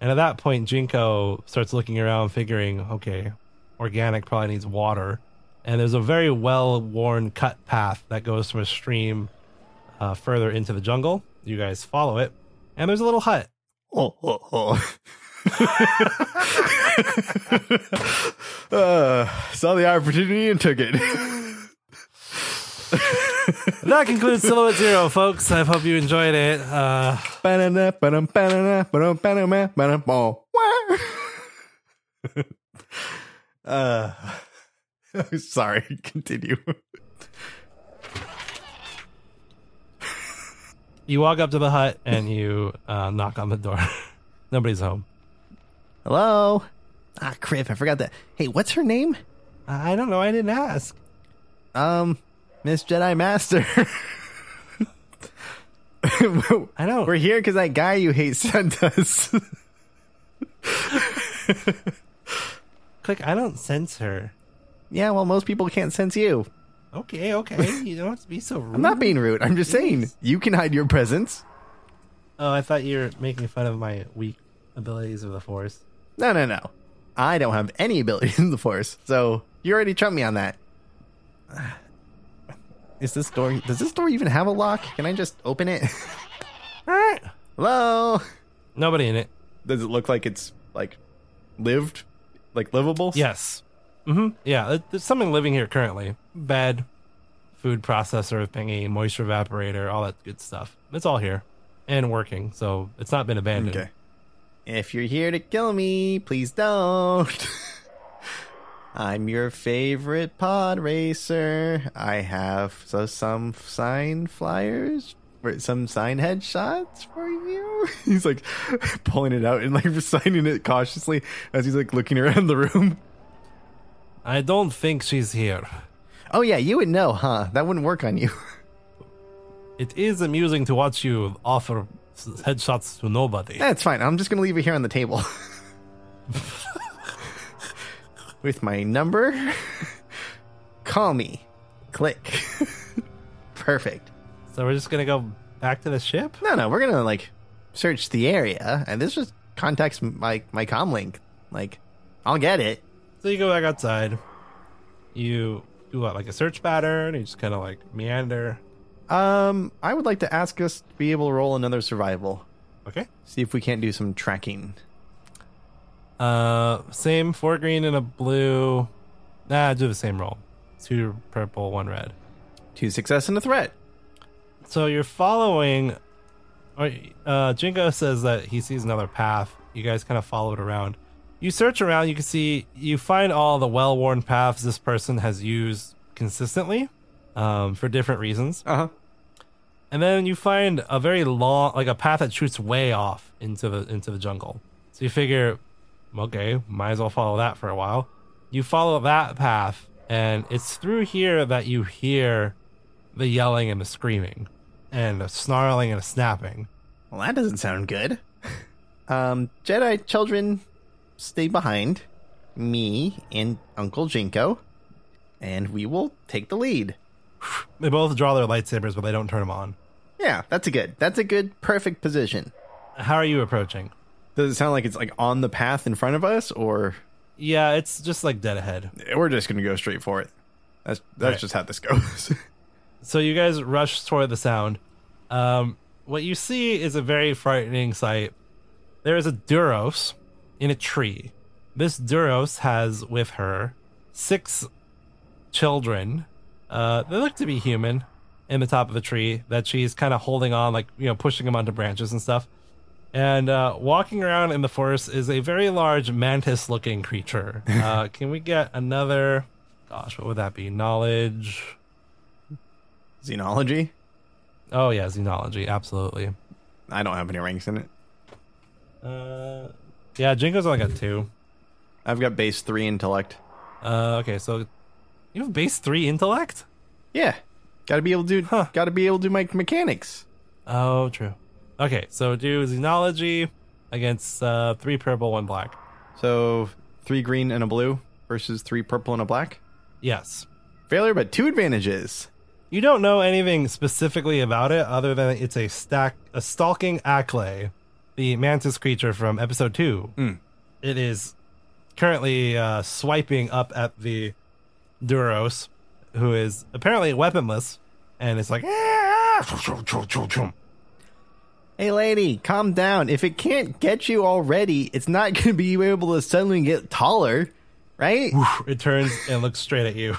S1: And at that point, Jinko starts looking around, figuring, okay, organic probably needs water. And there's a very well worn cut path that goes from a stream uh, further into the jungle. You guys follow it. And there's a little hut.
S2: Oh, oh, oh. uh, saw the opportunity and took it.
S1: That concludes Silhouette Zero, folks. I hope you enjoyed it. Uh,
S2: Ba-da-da, ba-dum, ba-da-da, ba-dum, ba-dum, ba-dum, ba-dum. Wah. uh, sorry, continue.
S1: you walk up to the hut and you uh, knock on the door. Nobody's home.
S2: Hello? Ah, crap, I forgot that. Hey, what's her name?
S1: I I don't know. I didn't ask.
S2: Um, Miss Jedi Master.
S1: I don't.
S2: We're here because that guy you hate sent us.
S1: click. I don't sense her.
S2: yeah, well, most people can't sense you.
S1: Okay, okay. you don't have to be so rude.
S2: I'm not being rude. I'm just saying you can hide your presence.
S1: oh, I thought you were making fun of my weak abilities of the force.
S2: No, no, no. I don't have any ability in the force, so you already trumped me on that. Is this door? Does this door even have a lock? Can I just open it? Hello.
S1: Nobody in it.
S2: Does it look like it's like lived, like livable?
S1: Yes. Mm-hmm. Yeah. there- There's something living here currently. Bed, food processor thingy, moisture evaporator, all that good stuff. It's all here and working, so it's not been abandoned.
S2: Okay. If you're here to kill me, please don't. I'm your favorite pod racer. I have so some sign flyers or some sign headshots for you. He's like pulling it out and like signing it cautiously as he's like looking around the room.
S1: I don't think she's here.
S2: Oh yeah, you would know, huh? That wouldn't work on you.
S1: It is amusing to watch you offer s- headshots to nobody.
S2: That's fine. I'm just gonna leave it here on the table. With my number. Call me. Click. Perfect.
S1: So we're just gonna go back to the ship.
S2: No, no, we're gonna like search the area, and this just contacts my my comlink. Like, I'll get it.
S1: So you go back outside. You do what, like a search pattern? You just kind of like meander.
S2: Um, I would like to ask us to be able to roll another survival.
S1: Okay.
S2: See if we can't do some tracking.
S1: Uh, same four green and a blue. Nah, do the same roll. Two purple, one red.
S2: Two success and a threat.
S1: So you're following. Or, uh, Jinko says that he sees another path. You guys kind of follow it around. You search around. You can see you find all the well-worn paths this person has used consistently, um, for different reasons.
S2: Uh huh.
S1: and then you find a very long like a path that shoots way off into the into the jungle so you figure okay might as well follow that for a while you follow that path and it's through here that you hear the yelling and the screaming and the snarling and the snapping
S2: Well, that doesn't sound good. Um, Jedi children stay behind, me and Uncle Jinko, and we will take the lead.
S1: they both draw their lightsabers but they don't turn them on
S2: Yeah, that's a good. That's a good, perfect position.
S1: how are you approaching
S2: Does it sound like it's like on the path in front of us, or
S1: yeah it's just like dead ahead
S2: we're just gonna go straight for it? That's that's
S1: Right.
S2: just how this goes.
S1: so you guys rush toward the sound. Um, what you see is a very frightening sight. There is a Duros in a tree. This Duros has with her six children. Uh, they look to be human in the top of a tree that she's kind of holding on, like, you know, pushing them onto branches and stuff. And uh, walking around in the forest is a very large mantis looking creature. Uh, can we get another? Gosh, what would that be? Knowledge.
S2: Xenology.
S1: Oh, yeah, xenology. Absolutely.
S2: I don't have any ranks in it.
S1: Uh, yeah, Jinko's only got two.
S2: I've got base three intellect.
S1: Uh, okay, so you have base three intellect?
S2: Yeah, gotta be able to. do
S1: Huh.
S2: Gotta be able to do my mechanics.
S1: Oh, true. Okay, so do xenology against uh, three purple, one black.
S2: So three green and a blue versus three purple and a black.
S1: Yes.
S2: Failure, but two advantages.
S1: You don't know anything specifically about it other than it's a stack a stalking acklay, the mantis creature from episode two.
S2: Hmm.
S1: It is currently uh, swiping up at the Duros, who is apparently weaponless, and it's like "Ah!"
S2: Hey, lady, calm down. If it can't get you already, it's not gonna be able to suddenly get taller, right?
S1: it turns and looks straight at you.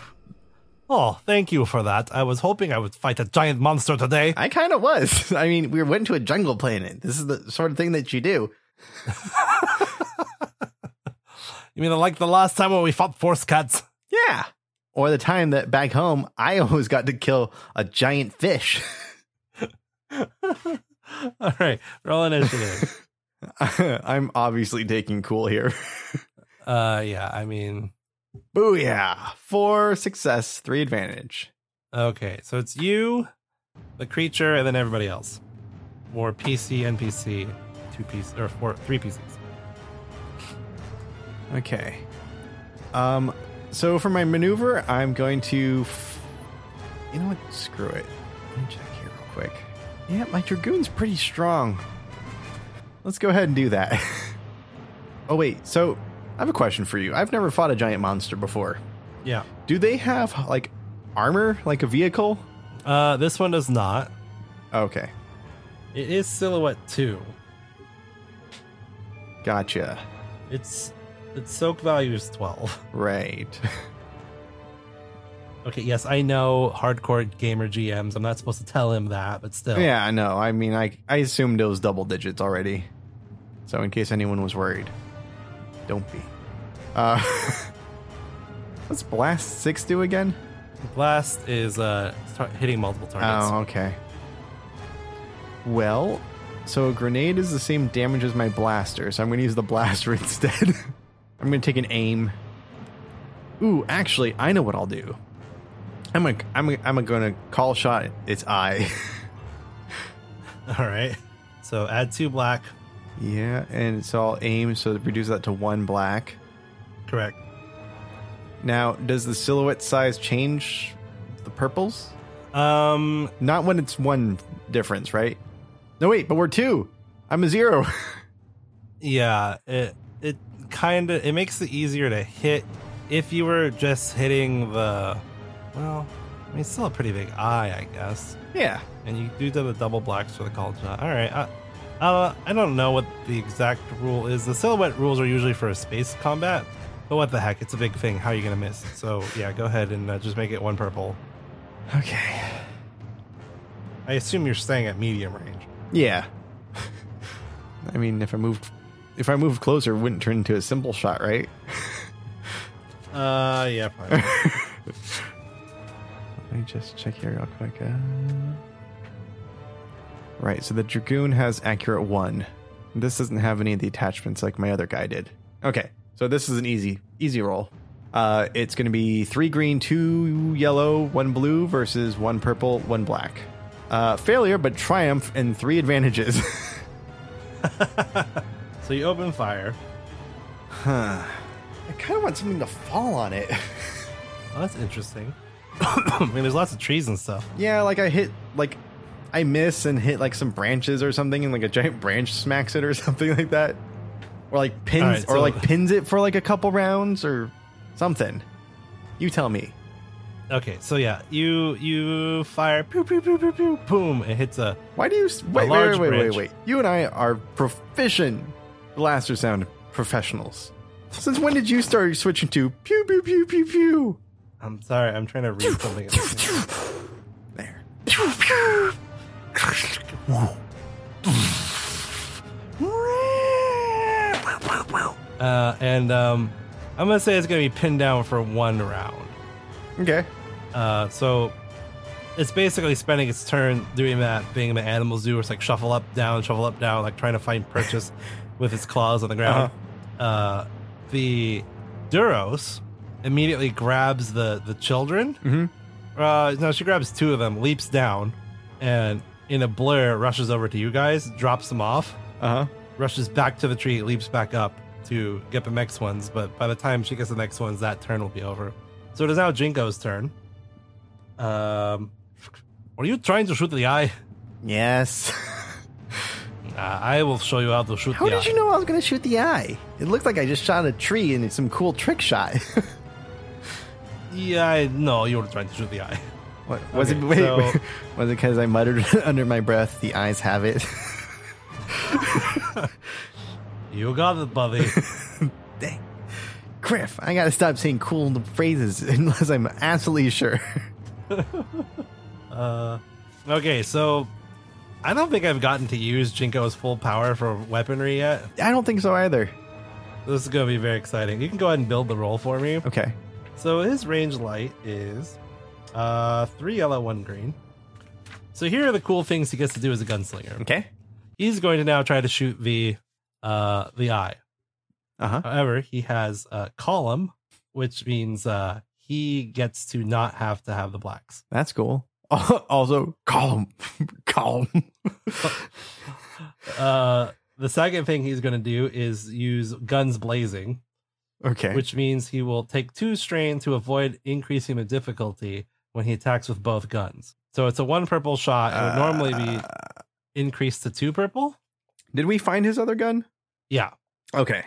S1: Oh, thank you for that. I was hoping I would fight a giant monster today.
S2: I kind of was. I mean, we went to a jungle planet. This is the sort of thing that you do.
S1: You mean like the last time when we fought force cats?
S2: Yeah. Or the time that back home, I always got to kill a giant fish.
S1: All right, roll initiative.
S2: I'm obviously taking cool here.
S1: uh, yeah, I mean,
S2: Booyah! Four success, three advantage.
S1: Okay, so it's you, the creature, and then everybody else. Or PC, NPC, two pieces, or four, three PCs.
S2: Okay. Um, so for my maneuver, I'm going to. F- you know what? Screw it. Let me check here real quick. Yeah, my dragoon's pretty strong. Let's go ahead and do that. oh wait, so I have a question for you. I've never fought a giant monster before.
S1: Yeah.
S2: Do they have like armor, like a vehicle?
S1: Uh, this one does not.
S2: Okay,
S1: It is silhouette two.
S2: gotcha.
S1: It's its soak value is twelve.
S2: Right.
S1: Okay, yes, I know hardcore gamer GMs. I'm not supposed to tell him that, but still.
S2: Yeah, I know. I mean, I I assumed it was double digits already. So in case anyone was worried, don't be. Uh, what's blast six do again?
S1: Blast is uh tar- hitting multiple targets.
S2: Oh, okay. Well, so a grenade is the same damage as my blaster, so I'm going to use the blaster instead. I'm going to take an aim. Ooh, actually, I know what I'll do. I'm a, I'm a, I'm going to call shot its eye.
S1: All right. So add two black.
S2: Yeah, and so I'll aim so that reduce that to one black.
S1: Correct.
S2: Now, does the silhouette size change the purples?
S1: Um,
S2: Not when it's one difference, right? No, wait, but we're two. I'm a zero.
S1: Yeah, it it kind of it makes it easier to hit if you were just hitting the well, I mean it's still a pretty big eye, I guess.
S2: yeah.
S1: And you do do the double blacks for the call shot. All right. I, uh, I don't know what the exact rule is. The silhouette rules are usually for a space combat, but what the heck? It's a big thing. How are you gonna miss? So yeah, go ahead and uh, just make it one purple.
S2: Okay.
S1: I assume you're staying at medium range.
S2: Yeah. I mean, if I moved, if I moved closer, it wouldn't turn into a simple shot, right?
S1: Uh, yeah, probably.
S2: Let me just check here real quick. Uh... Right, so the Dragoon has accurate one. This doesn't have any of the attachments like my other guy did. Okay, so this is an easy, easy roll. Uh, it's going to be three green, two yellow, one blue versus one purple, one black. Uh, failure, but triumph and three advantages.
S1: so you open fire.
S2: huh. I kind of want something to fall on it.
S1: Oh, that's interesting. I mean, there's lots of trees and stuff.
S2: yeah, like I hit, like I miss and hit like some branches or something, and like a giant branch smacks it or something like that, or like pins
S1: All right,
S2: or
S1: so-
S2: like pins it for like a couple rounds or something. You tell me.
S1: Okay, so yeah, you you fire pew pew pew pew pew boom. It hits a
S2: Why do you s- wait? Wait,
S1: large
S2: wait, wait, wait,
S1: branch.
S2: wait. You and I are proficient blaster sound professionals. Since when did you start switching to pew pew pew pew pew?
S1: I'm sorry, I'm trying to read something.
S2: There.
S1: Uh, and um, I'm gonna say it's gonna be pinned down for one round.
S2: Okay.
S1: Uh, so it's basically spending its turn doing that thing that animals do, where it's like shuffle up, down, shuffle up, down, like trying to find purchase with its claws on the ground. uh the Duros immediately grabs the the children.
S2: Mhm.
S1: Uh, no, she grabs two of them, leaps down, and in a blur rushes over to you guys, drops them off,
S2: Uh huh.
S1: rushes back to the tree, leaps back up to get the next ones. But by the time she gets the next ones, that turn will be over. So it is now Jinko's turn. Um, were you trying to shoot the eye?
S2: Yes.
S1: Uh, I will show you how to shoot
S2: How
S1: the
S2: did
S1: eye.
S2: you know I was going to shoot the eye? It looked like I just shot a tree and it's some cool trick shot.
S1: Yeah, I know you were trying to shoot the eye.
S2: what, was it?
S1: Okay,
S2: Wait,
S1: so-
S2: wait, was it because I muttered under my breath, "The eyes have it"?
S1: You got it, buddy.
S2: Dang, Griff, I gotta stop saying cool phrases unless I'm absolutely sure.
S1: Uh, okay, so I don't think I've gotten to use Jinko's full power for weaponry yet.
S2: I don't think so either.
S1: This is gonna be very exciting. You can go ahead and build the roll for me.
S2: Okay.
S1: So his range light is uh three yellow, one green. So here are the cool things he gets to do as a gunslinger.
S2: Okay.
S1: He's going to now try to shoot the uh the eye.
S2: Uh huh.
S1: However, he has a column, which means uh he gets to not have to have the blacks.
S2: That's cool. Also, calm, calm.
S1: Uh the second thing he's going to do is use guns blazing,
S2: Okay.
S1: which means he will take two strain to avoid increasing the difficulty when he attacks with both guns. So it's a one purple shot. It would normally be
S2: Uh,
S1: increased to two purple.
S2: Did we find his other gun?
S1: Yeah,
S2: Okay.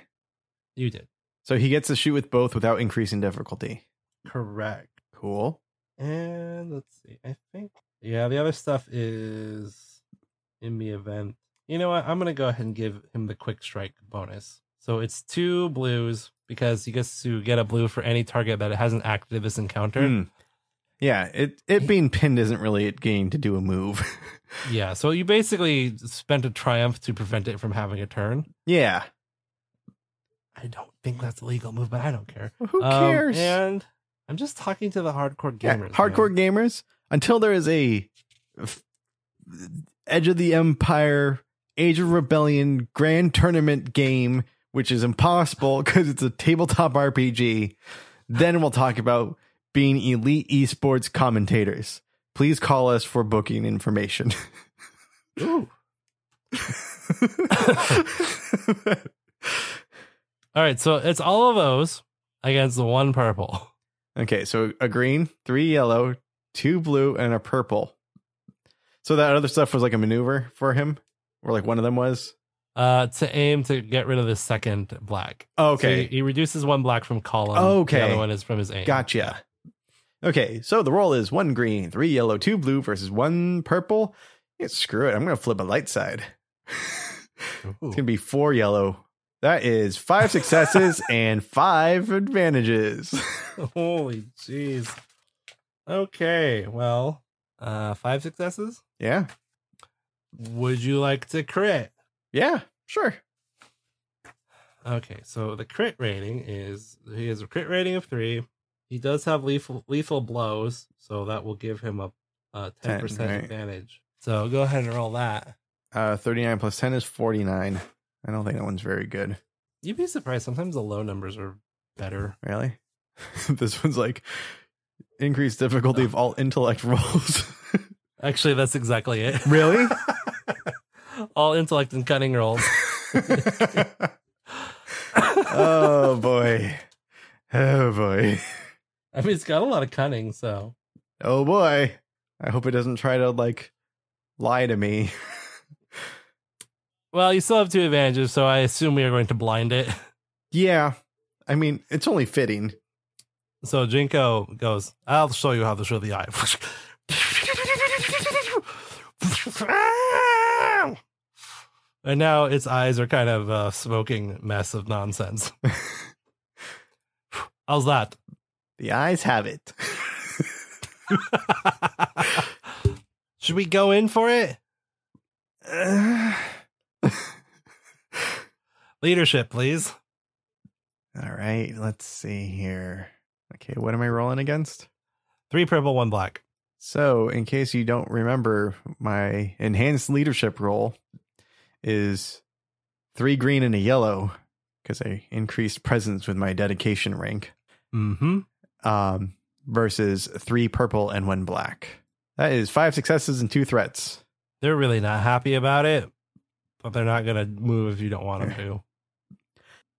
S1: you did.
S2: So he gets to shoot with both without increasing difficulty.
S1: Correct.
S2: Cool.
S1: And let's see. I think yeah, the other stuff is in the event. You know what? I'm gonna go ahead and give him the quick strike bonus. So it's two blues because he gets to get a blue for any target that hasn't acted this encounter.
S2: Hmm. Yeah, it it being pinned isn't really it getting to do a move.
S1: Yeah. So you basically spent a triumph to prevent it from having a turn.
S2: yeah,
S1: I don't think that's a legal move, but I don't care.
S2: who
S1: Um,
S2: cares?
S1: and I'm just talking to the hardcore
S2: Yeah,
S1: gamers. man.
S2: hardcore gamers. Until there is a f- Edge of the Empire, Age of Rebellion Grand Tournament game, which is impossible because it's a tabletop RPG, then we'll talk about being elite esports commentators. Please call us for booking information.
S1: All right, so it's all of those against the one purple.
S2: Okay, so a green, three yellow, two blue, and a purple. So that other stuff was like a maneuver for him, or like one of them was.
S1: Uh, to aim to get rid of the second black. So he,
S2: Okay,
S1: he reduces one black from column.
S2: Okay.
S1: The other one is from his aim.
S2: gotcha. Okay, so the roll is one green, three yellow, two blue versus one purple. Yeah, screw it, I'm gonna flip a light side.
S1: Ooh.
S2: It's gonna be four yellow. That is five successes and five advantages.
S1: Holy jeez. Okay, well, uh, five successes.
S2: yeah,
S1: Would you like to crit?
S2: yeah, sure.
S1: Okay, so the crit rating is he has a crit rating of three. He does have lethal lethal blows, so that will give him a a ten
S2: Ten,
S1: percent
S2: right.
S1: advantage. So go ahead and roll that.
S2: Uh, thirty-nine plus ten is forty-nine. I don't think that one's very good.
S1: You'd be surprised. Sometimes the low numbers are better.
S2: Really? this one's like increased difficulty of all intellect rolls.
S1: Actually, that's exactly it.
S2: really?
S1: All intellect and cunning rolls. I
S2: oh boy. Oh boy.
S1: mean, it's got a lot of cunning, so
S2: Oh boy. I hope it doesn't try to like lie to me.
S1: well, you still have two advantages. So I assume we are going to blind it.
S2: Yeah. I mean, it's only fitting.
S1: So Jinko goes, "I'll show you how to show the eye." and now its eyes are kind of a smoking mess of nonsense. How's that?
S2: The eyes have it.
S1: Should we go in for it? Leadership, please.
S2: All right, let's see here. Okay, what am I rolling against?
S1: Three purple, one black.
S2: So, in case you don't remember, my enhanced leadership role is three green and a yellow because I increased presence with my dedication rank
S1: Mm-hmm.
S2: um, versus three purple and one black. That is five successes and two threats.
S1: They're really not happy about it, but they're not gonna move if you don't want them to.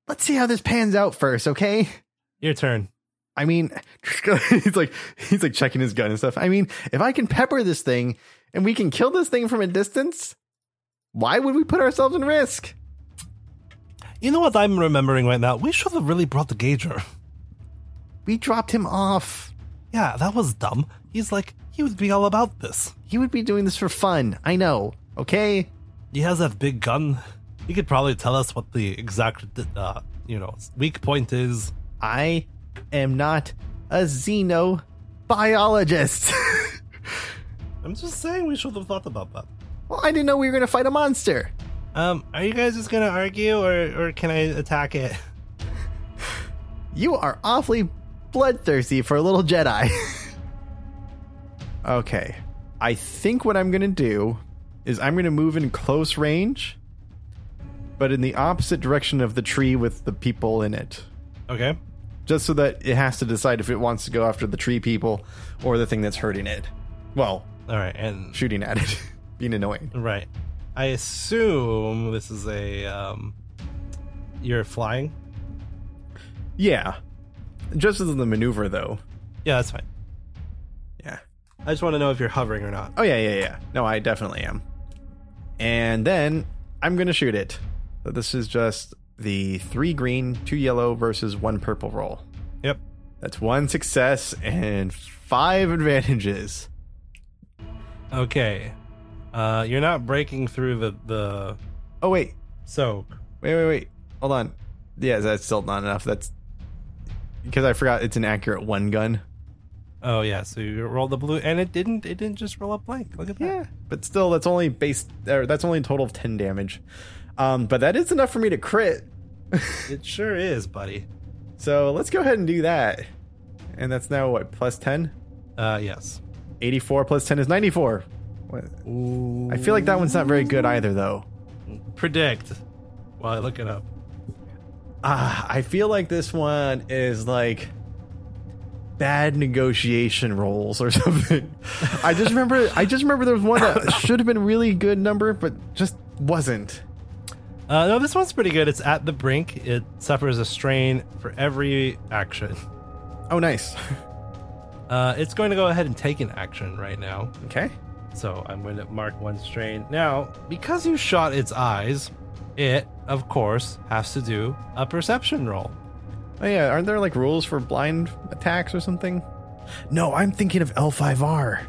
S2: Let's see how this pans out first, okay?
S1: Your turn.
S2: I mean, he's like he's like checking his gun and stuff. I mean, if I can pepper this thing and we can kill this thing from a distance, why would we put ourselves in risk?
S1: You know what I'm remembering right now? We should have really brought the Gager.
S2: We dropped him off.
S1: Yeah, that was dumb. He's like, he would be all about this.
S2: He would be doing this for fun. I know. Okay.
S1: He has that big gun. He could probably tell us what the exact, uh, you know, weak point is.
S2: I am not a xenobiologist.
S1: I'm just saying we should have thought about that.
S2: well, I didn't know we were going to fight a monster.
S1: Um, are you guys just gonna argue, or or can I attack it?
S2: You are awfully bloodthirsty for a little Jedi. okay. I think what I'm going to do is I'm going to move in close range, but in the opposite direction of the tree with the people in it.
S1: Okay.
S2: Just so that it has to decide if it wants to go after the tree people or the thing that's hurting it. Well,
S1: All right, and
S2: shooting at it, being annoying.
S1: right. I assume this is a um. You're flying.
S2: Yeah. Just as the maneuver, though.
S1: Yeah, that's fine.
S2: Yeah.
S1: I just want to know if you're hovering or not.
S2: Oh yeah, yeah, yeah. No, I definitely am. And then I'm gonna shoot it. So this is just the three green, two yellow versus one purple roll.
S1: Yep.
S2: That's one success and five advantages.
S1: Okay. Uh, you're not breaking through the the
S2: Oh wait,
S1: soak.
S2: wait, wait, wait. Hold on. Yeah, that's still not enough. That's because I forgot it's an accurate one gun.
S1: Oh yeah, so you rolled the blue, and it didn't. It didn't just roll up blank. Look at that.
S2: Yeah, but still, that's only base. Or that's only a total of ten damage. Um, but that is enough for me to crit.
S1: It sure is, buddy.
S2: So let's go ahead and do that. And that's now what plus ten.
S1: Uh, yes.
S2: 84 plus 10 is 94. What? I feel like that one's not very good either, though.
S1: Predict. While I look it up.
S2: Ah, I feel like this one is like bad negotiation rolls or something. I just remember, I just remember there was one that should have been really good number, but just wasn't.
S1: Uh, no, this one's pretty good. It's at the brink. It suffers a strain for every action.
S2: Oh, nice.
S1: Uh, it's going to go ahead and take an action right now.
S2: Okay.
S1: So I'm going to mark one strain. Now, because you shot its eyes, it, of course, has to do a perception roll.
S2: Oh yeah, aren't there like rules for blind attacks or something? No, I'm thinking of L5R.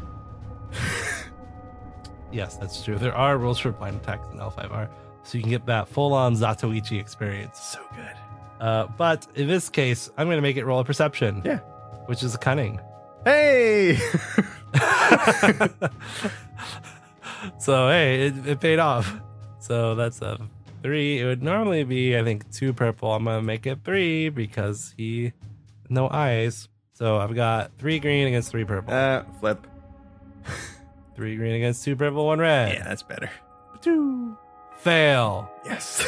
S1: Yes, that's true. There are rules for blind attacks in L5R, so you can get that full on Zatoichi experience.
S2: So good.
S1: Uh, but in this case, I'm going to make it roll a perception.
S2: Yeah.
S1: Which is cunning.
S2: Hey.
S1: so hey, it, it paid off. So that's a three. It would normally be, I think, two purple. I'm gonna make it three because he no eyes. So I've got three green against three purple.
S2: uh, flip.
S1: three green against two purple, one red.
S2: Yeah, that's better.
S1: Two. Fail.
S2: Yes.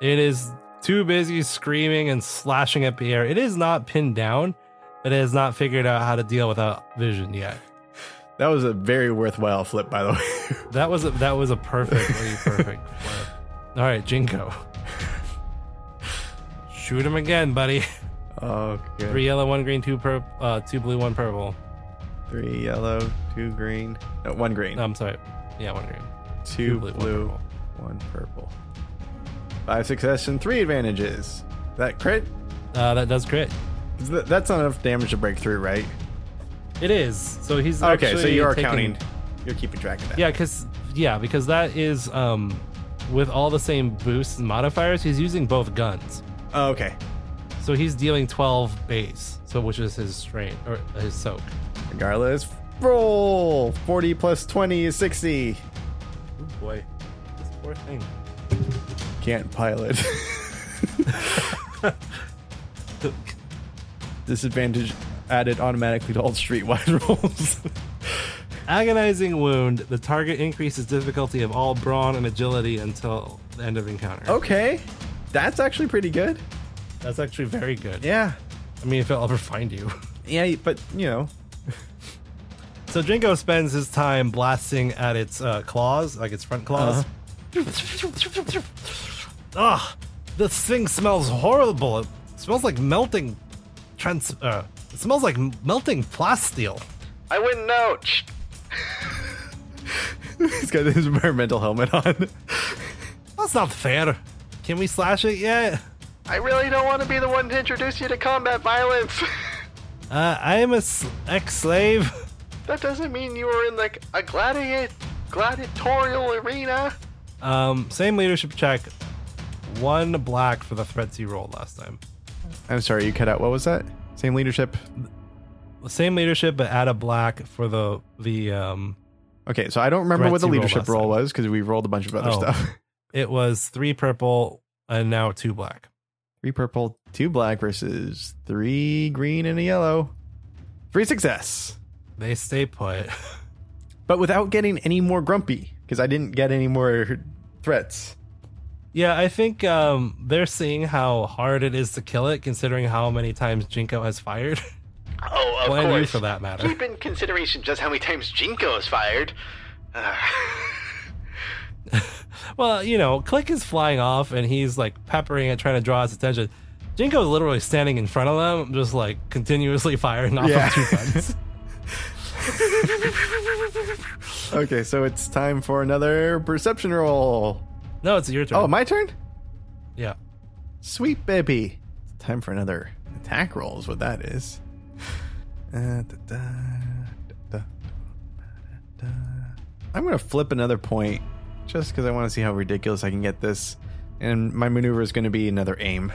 S1: It is too busy screaming and slashing at Pierre. It is not pinned down, but it has not figured out how to deal without vision yet.
S2: That was a very worthwhile flip, by the way.
S1: That was a, that was a perfectly perfect flip. All right, Jinko. Shoot him again, buddy.
S2: okay.
S1: Three yellow, one green, two purple, uh, two blue, one purple.
S2: Three yellow, two green. No, one green.
S1: No, I'm sorry. Yeah, one green.
S2: two, blue,
S1: Um, one purple.
S2: one purple. Five success and three advantages. That crit?
S1: Uh, that does crit.
S2: Is that- That's not enough damage to break through, right?
S1: It is. So he's
S2: Okay, so
S1: actually
S2: you are
S1: taking-
S2: counting. You're keeping track of that.
S1: Yeah, because yeah, because that is um, with all the same boosts and modifiers, he's using both guns.
S2: Oh, okay.
S1: So he's dealing 12 base, so which is his strain or his soak.
S2: Regardless, roll! 40 plus 20 is 60.
S1: Oh boy, this poor thing.
S2: Can't pilot. Disadvantage added automatically to all streetwide rolls.
S1: Agonizing wound. The target increases difficulty of all brawn and agility until the end of encounter.
S2: okay, that's actually pretty good.
S1: That's actually very good.
S2: Yeah,
S1: I mean, if it'll ever find you.
S2: yeah, but you know,
S1: So Jinko spends his time blasting at its uh, claws, like its front claws. Ugh, this thing smells horrible. It smells like melting trans. Uh, it smells like m- melting plasteel.
S5: I wouldn't know. Shh.
S2: he's got his environmental helmet on.
S1: That's not fair. Can we slash it yet?
S5: I really don't want to be the one to introduce you to combat violence.
S1: Uh, I am a s- ex-slave.
S5: that doesn't mean you were in like a gladiat gladiatorial arena.
S1: Um, same leadership check. One black for the threats he rolled last time.
S2: I'm sorry, you cut out. What was that? Same leadership.
S1: Same leadership, but add a black for the the um.
S2: Okay, so I don't remember
S1: Threats
S2: what the
S1: you rolled
S2: leadership
S1: last
S2: roll
S1: time.
S2: was because we rolled a bunch of other
S1: Oh.
S2: stuff.
S1: It was three purple and now two black.
S2: Three purple, two black versus three green and a yellow. Three success,
S1: They stay put.
S2: but without getting any more grumpy because I didn't get any more threats.
S1: yeah, I think um, they're seeing how hard it is to kill it, considering how many times Jinko has fired.
S5: Oh, of
S1: Well, and you,
S5: course.
S1: for that matter.
S5: Keep in consideration just how many times Jinko is fired. Ah.
S1: well, you know, Click is flying off and he's like peppering it, trying to draw its attention. Jinko's literally standing in front of them, just like continuously firing off
S2: Yeah.
S1: of two guns.
S2: Okay, so it's time for another perception roll.
S1: no, it's your turn.
S2: Oh, my turn?
S1: yeah.
S2: Sweet baby. It's time for another attack roll, is what that is. Uh, da, da, da, da, da. I'm going to flip another point just because I want to see how ridiculous I can get this. And my maneuver is going to be another aim.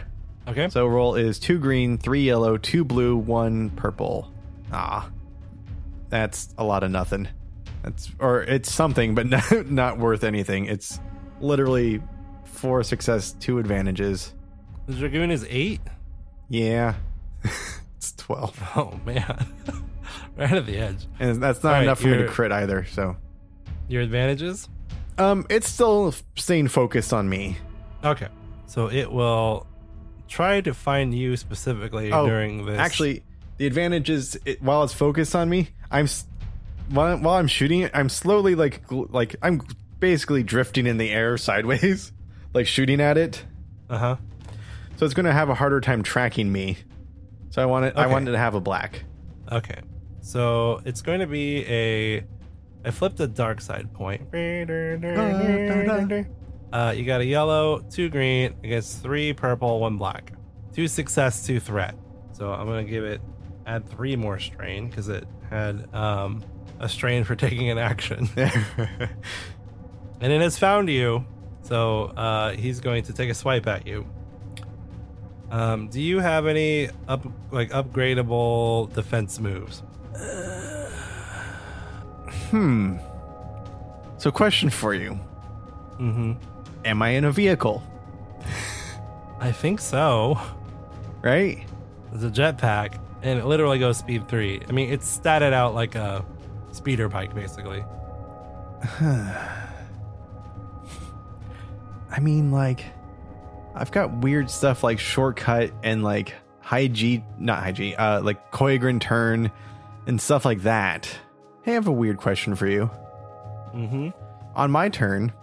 S1: Okay.
S2: So roll is two green, three yellow, two blue, one purple. Ah, that's a lot of nothing. That's or it's something, but not, not worth anything. It's literally four success, two advantages.
S1: The Dragoon is eight?
S2: Yeah, it's twelve,
S1: Oh, man. right at the edge.
S2: and that's not
S1: All right,
S2: enough for me to
S1: you're-
S2: crit either. So,
S1: Your advantages?
S2: um, it's still staying focused on me.
S1: Okay. So it will try to find you specifically
S2: Oh,
S1: during this.
S2: Actually, the advantage is it, while it's focused on me, I'm s- while, while I'm shooting it, I'm slowly like gl- like I'm basically drifting in the air sideways, like shooting at it.
S1: Uh huh.
S2: So it's going to have a harder time tracking me. So I want it. I
S1: Okay.
S2: wanted to have a black.
S1: Okay. So it's going to be a. I flipped a dark side point. Uh, you got a yellow, two green, against three purple, one black. Two success, two threat. So I'm going to give it. Add three more strain because it had um, a strain for taking an action. and it has found you. So uh, he's going to take a swipe at you. Um, do you have any up like upgradable defense moves?
S2: hmm. So question for you:
S1: Mm-hmm.
S2: Am I in a vehicle?
S1: I think so.
S2: Right?
S1: It's a jetpack, and it literally goes speed three. I mean, it's statted out like a speeder bike, basically.
S2: I mean, like, I've got weird stuff like shortcut and like high G, not high G, uh, like Koigrin turn and stuff like that. Hey, I have a weird question for you.
S1: Mm-hmm.
S2: On my turn,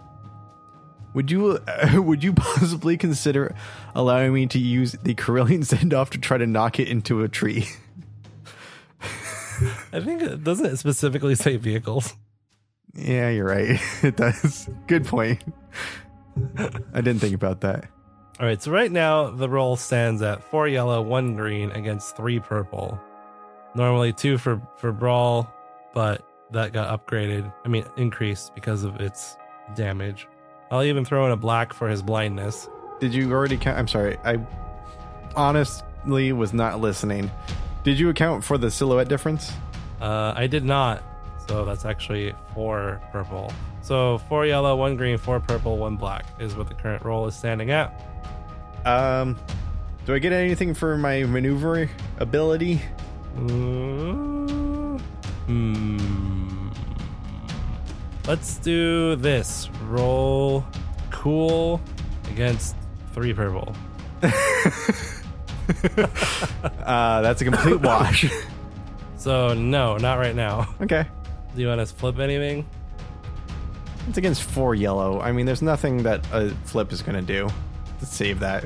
S2: would you would you possibly consider allowing me to use the Carillion send off to try to knock it into a tree?
S1: I think it doesn't it specifically say vehicles.
S2: yeah, you're right. It does. Good point. I didn't think about that.
S1: All right, so right now the roll stands at four yellow, one green against three purple. Normally two for for brawl, but that got upgraded. I mean, increased because of its damage. I'll even throw in a black for his blindness.
S2: Did you already count? I'm sorry. I honestly was not listening. Did you account for the silhouette difference?
S1: Uh, I did not, so that's actually four purple. So four yellow, one green, four purple, one black is what the current roll is standing at.
S2: Um, Do I get anything for my maneuver ability?
S1: Mm, Hmm. Let's do this. Roll cool against three purple.
S2: Uh, that's a complete wash.
S1: So no, not right now.
S2: okay.
S1: Do you want us to flip anything?
S2: It's against four yellow. I mean, there's nothing that a flip is going to do. Let's save that.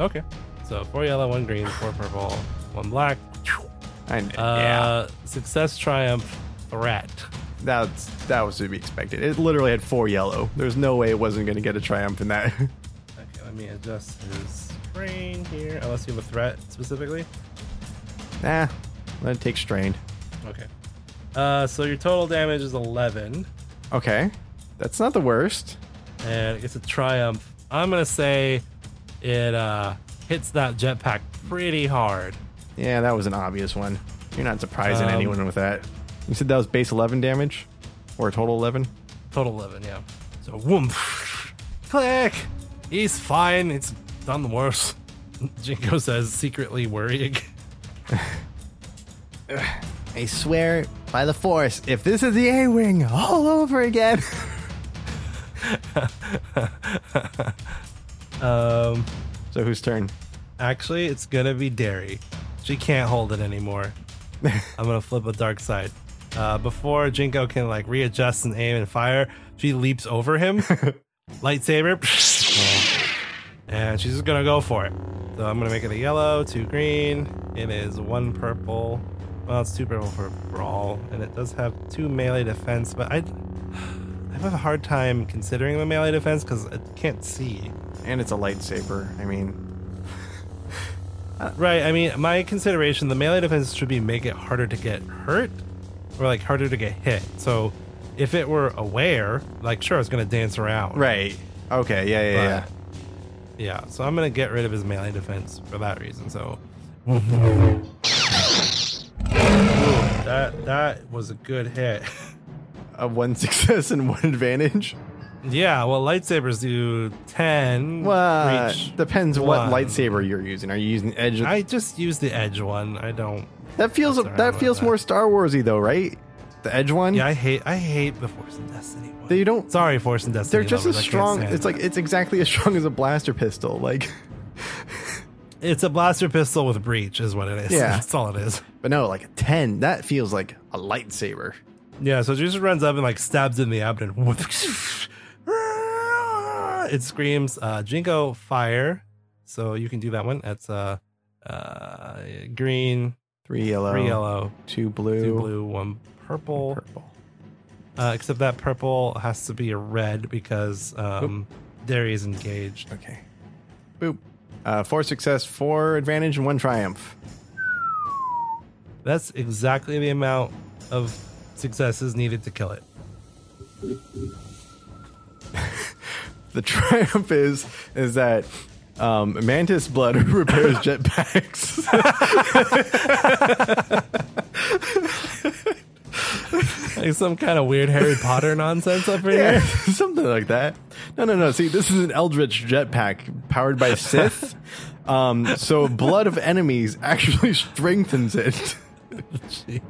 S1: Okay. So four yellow, one green, four purple, one black.
S2: I, kn- yeah.
S1: Uh, Success, triumph, threat.
S2: That's that was to be expected. It literally had four yellow. There's no way it wasn't going to get a triumph in that.
S1: Okay, let me adjust his brain here. Unless you have a threat specifically.
S2: nah, let it take strain.
S1: Okay. Uh, so your total damage is 11,
S2: Okay, that's not the worst.
S1: and it gets a triumph. I'm gonna say it uh, hits that jetpack pretty hard.
S2: Yeah, that was an obvious one. You're not surprising
S1: Um,
S2: anyone with that. You said that was base 11 damage, or total 11.
S1: Total 11, yeah. So whoomp, click. He's fine. It's done worse. Jinko says, secretly worrying.
S2: I swear by the Force, if this is the A-wing all over again.
S1: Um,
S2: so whose turn?
S1: actually, it's gonna be Derry. She can't hold it anymore. I'm gonna flip a dark side. Uh, before Jinko can like readjust and aim and fire, she leaps over him, lightsaber, and she's just gonna go for it. So I'm gonna make it a yellow, two green. It is one purple. Well, it's two purple for brawl, and it does have two melee defense. But I, I have a hard time considering the melee defense because I can't see.
S2: And it's a lightsaber. I mean,
S1: Right. I mean, my consideration the melee defense should be make it harder to get hurt or like harder to get hit. So if it were aware, like sure, it's going to dance around.
S2: right? Okay, yeah, yeah, yeah.
S1: But- Yeah. So I'm going to get rid of his melee defense for that reason. So Ooh, that that was a good hit.
S2: A one success and one advantage.
S1: yeah. Well, lightsabers do 10
S2: Well,
S1: reach.
S2: depends
S1: one.
S2: what lightsaber you're using. Are you using edge?
S1: I just use the edge one. I don't.
S2: that feels
S1: I'm sorry
S2: that
S1: about
S2: feels
S1: that.
S2: more Star Warsy though, right? The edge one.
S1: Yeah, I hate I hate the Force and Destiny one.
S2: They don't-
S1: Sorry, Force and Destiny.
S2: they're just
S1: lovers,
S2: as
S1: I can't
S2: strong.
S1: stand
S2: It's
S1: it.
S2: like it's exactly as strong as a blaster pistol. Like,
S1: It's a blaster pistol with breach, is what it is.
S2: Yeah.
S1: that's all it is.
S2: but no, like a ten. That feels like a lightsaber.
S1: Yeah, so she just runs up and like stabs it in the abdomen. it screams, uh, "Jinko, fire!" So you can do that one. That's uh, uh, green,
S2: Three yellow.
S1: three yellow,
S2: Two blue.
S1: Oh. two blue, one purple.
S2: Purple.
S1: Uh, except that purple has to be a red because um, Derry is engaged.
S2: Okay. Boop. Uh, four success, four advantage, and one triumph.
S1: That's exactly the amount of successes needed to kill it.
S2: The triumph is is that um, Mantis Blood repairs jetpacks.
S1: Like some kind of weird Harry Potter nonsense up in
S2: Yeah,
S1: here.
S2: something like that. No, no, no. See, this is an Eldritch jetpack powered by Sith. um, so blood of enemies actually strengthens it
S1: Jeez.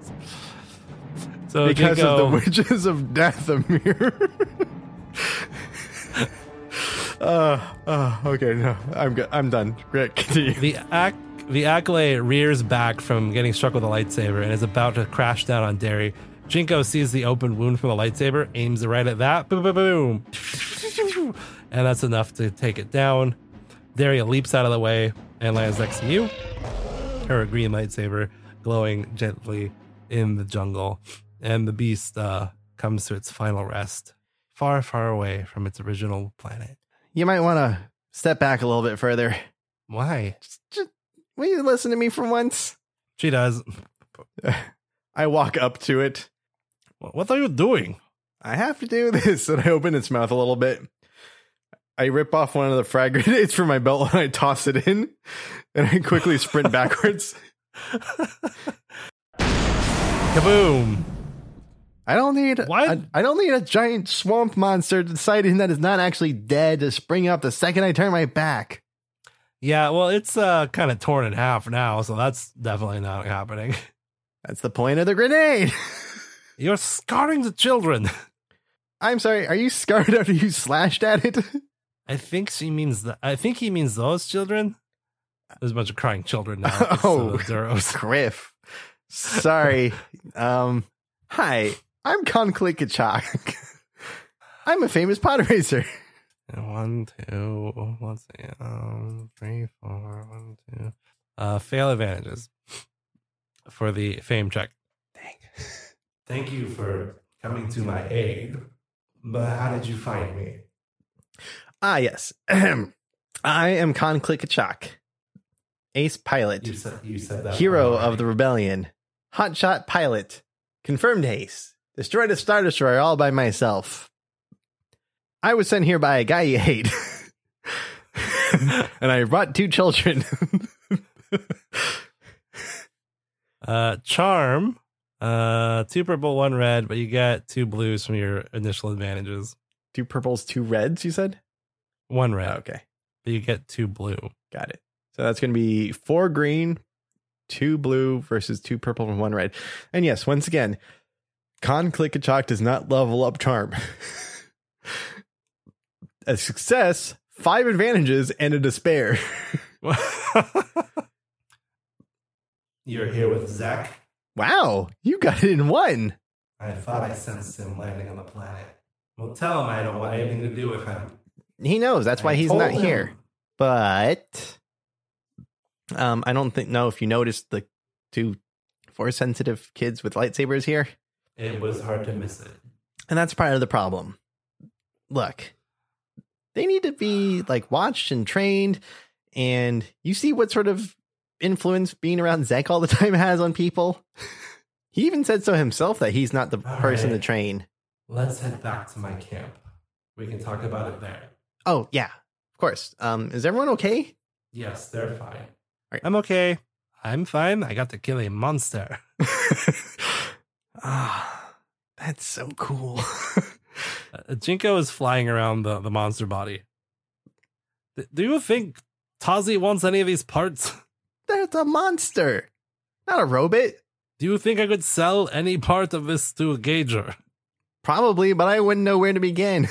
S1: So
S2: because
S1: Jinko,
S2: of the witches of Dathomir. uh, uh, okay, no, I'm good. I'm done. Great, continue.
S1: the ac- the acolyte rears back from getting struck with a lightsaber and is about to crash down on Derry. Jinko sees the open wound from the lightsaber, aims right at that, boom, boom, boom, boom, and that's enough to take it down. Derry leaps out of the way and lands next to you. Her green lightsaber glowing gently in the jungle, and the beast uh, comes to its final rest, far, far away from its original planet.
S2: You might want to step back a little bit further.
S1: Why?
S2: Just, just, will you listen to me for once?
S1: She does.
S2: I walk up to it.
S1: What are you doing?
S2: I have to do this. And I open its mouth a little bit. I rip off one of the frag grenades from my belt and I toss it in. And I quickly sprint backwards.
S1: Kaboom!
S2: I don't need
S1: What?
S2: I, I don't need a giant swamp monster deciding that it's not actually dead to spring up the second I turn my back.
S1: Yeah, well, it's uh, kind of torn in half now, so that's definitely not happening.
S2: That's the point of the grenade.
S1: You're scarring the children.
S2: I'm sorry. Are you scarred after you slashed at it?
S1: I think she means that. I think he means those children. There's a bunch of crying children now. uh,
S2: Oh.
S1: instead of zeros.
S2: Griff. Sorry. um, hi. I'm Con Klikichak. I'm a famous pot racer.
S1: One, two, one, two, um, three, four, one, two. Uh, fail advantages for the fame check. Dang. Thank you for coming to my aid. But how did you find me?
S2: Ah, yes. I am Con Klikichak, ace pilot,
S1: said you said that
S2: hero of the rebellion, hotshot pilot, confirmed ace, destroyed a Star Destroyer all by myself. I was sent here by a guy you hate. and I brought two children.
S1: Uh, charm. Uh, two purple, one red, but you got two blues from your initial advantages.
S2: two purples, two reds, you said?
S1: One red,
S2: okay.
S1: but you get two blue.
S2: Got it. So that's going to be four green, two blue versus two purple and one red. And yes, once again, Con Klikichok does not level up charm. a success, five advantages, and a despair.
S1: You're here with Zach.
S2: Wow, you got it in one.
S1: I thought I sensed him landing on the planet. Well, tell him I don't want anything to do with him.
S2: He knows. That's why
S1: I
S2: he's not
S1: told him.
S2: here. But um, I don't think know if you noticed the two force sensitive kids with lightsabers here.
S1: It was hard to miss it.
S2: And that's part of the problem. Look, they need to be like watched and trained. And you see what sort of influence being around Zek all the time has on people. he even said so himself that he's not the
S1: All
S2: person to
S1: right.
S2: train.
S1: Let's head back to my camp. We can talk about it there.
S2: Oh, yeah, of course. Um, is everyone okay?
S1: Yes, they're fine.
S2: right.
S1: I'm okay. I'm fine. I got to kill a monster.
S2: Ah, that's so cool.
S1: Uh, Jinko is flying around the, the monster body. Th- do you think Tazi wants any of these parts?
S2: that's a monster, not a robot.
S1: Do you think I could sell any part of this to a Gager?
S2: Probably, but I wouldn't know where to begin.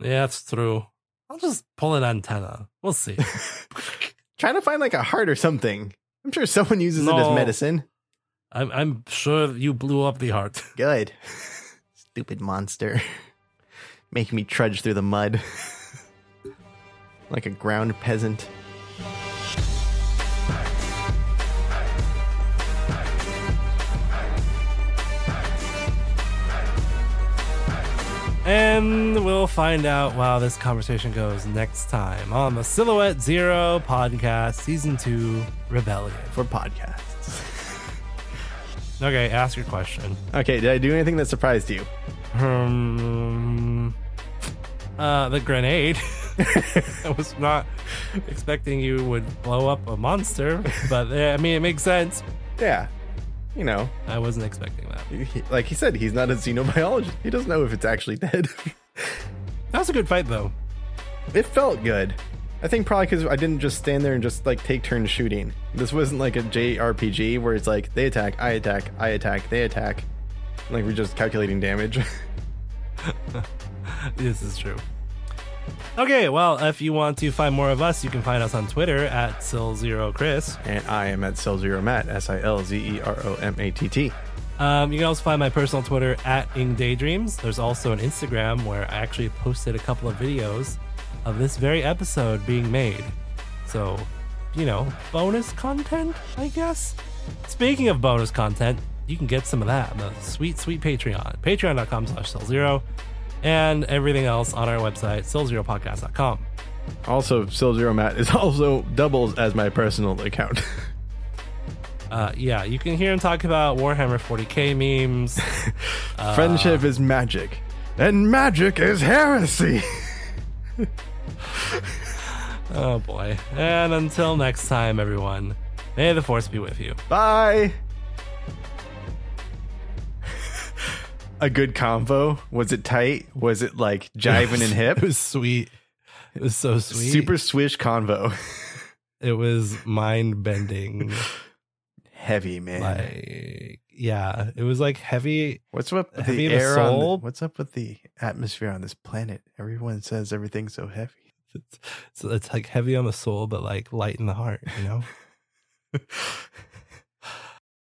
S1: Yeah, that's true. I'll just pull an antenna. We'll see.
S2: Trying to find like a heart or something. I'm sure someone uses it as
S1: No.
S2: medicine.
S1: I'm, I'm sure you blew up the heart.
S2: Good. Stupid monster. Making me trudge through the mud like a ground peasant.
S1: And we'll find out how this conversation goes next time on the Silhouette Zero podcast, season two, Rebellion.
S2: for podcasts.
S1: Okay, ask your question.
S2: Okay, did I do anything that surprised you?
S1: Hmm. uh, the grenade. I was not expecting you would blow up a monster, but eh, I mean, it makes sense.
S2: Yeah. You know,
S1: I wasn't expecting that.
S2: he- like he said, he's not a xenobiologist. He doesn't know if it's actually dead.
S1: That was a good fight, though.
S2: it felt good. I think probably because I didn't just stand there and just like take turns shooting. This wasn't like a JRPG where it's like they attack, I attack, I attack, they attack. Like we're just calculating damage.
S1: This is true. Okay, well, if you want to find more of us, you can find us on Twitter at SilZeroChris.
S2: and I am at Cell Zero Matt, S I L Z E R O M A T T.
S1: Um, you can also find my personal Twitter at IngDaydreams. There's also an Instagram where I actually posted a couple of videos of this very episode being made. So, you know, bonus content, I guess. Speaking of bonus content, you can get some of that on the sweet, sweet Patreon. Patreon.com slash SilZero. And everything else on our website, SilZeroPodcast.com.
S2: Also, Cell Zero Matt is also doubles as my personal account.
S1: Uh, yeah, you can hear him talk about Warhammer 40k memes.
S2: Friendship is magic, and magic is heresy.
S1: oh boy. And until next time, everyone, may the force be with you.
S2: Bye. A good combo. Was it tight? Was it like jiving and hip?
S1: sweet. It was so sweet.
S2: Super swish convo.
S1: It was mind bending.
S2: Heavy man.
S1: like, yeah, it was like heavy.
S2: What's up with
S1: Heavy
S2: the
S1: of a
S2: air? On the,
S1: soul?
S2: what's up with the atmosphere on this planet? Everyone says everything's so heavy.
S1: So it's like heavy on the soul, but like light in the heart. You know.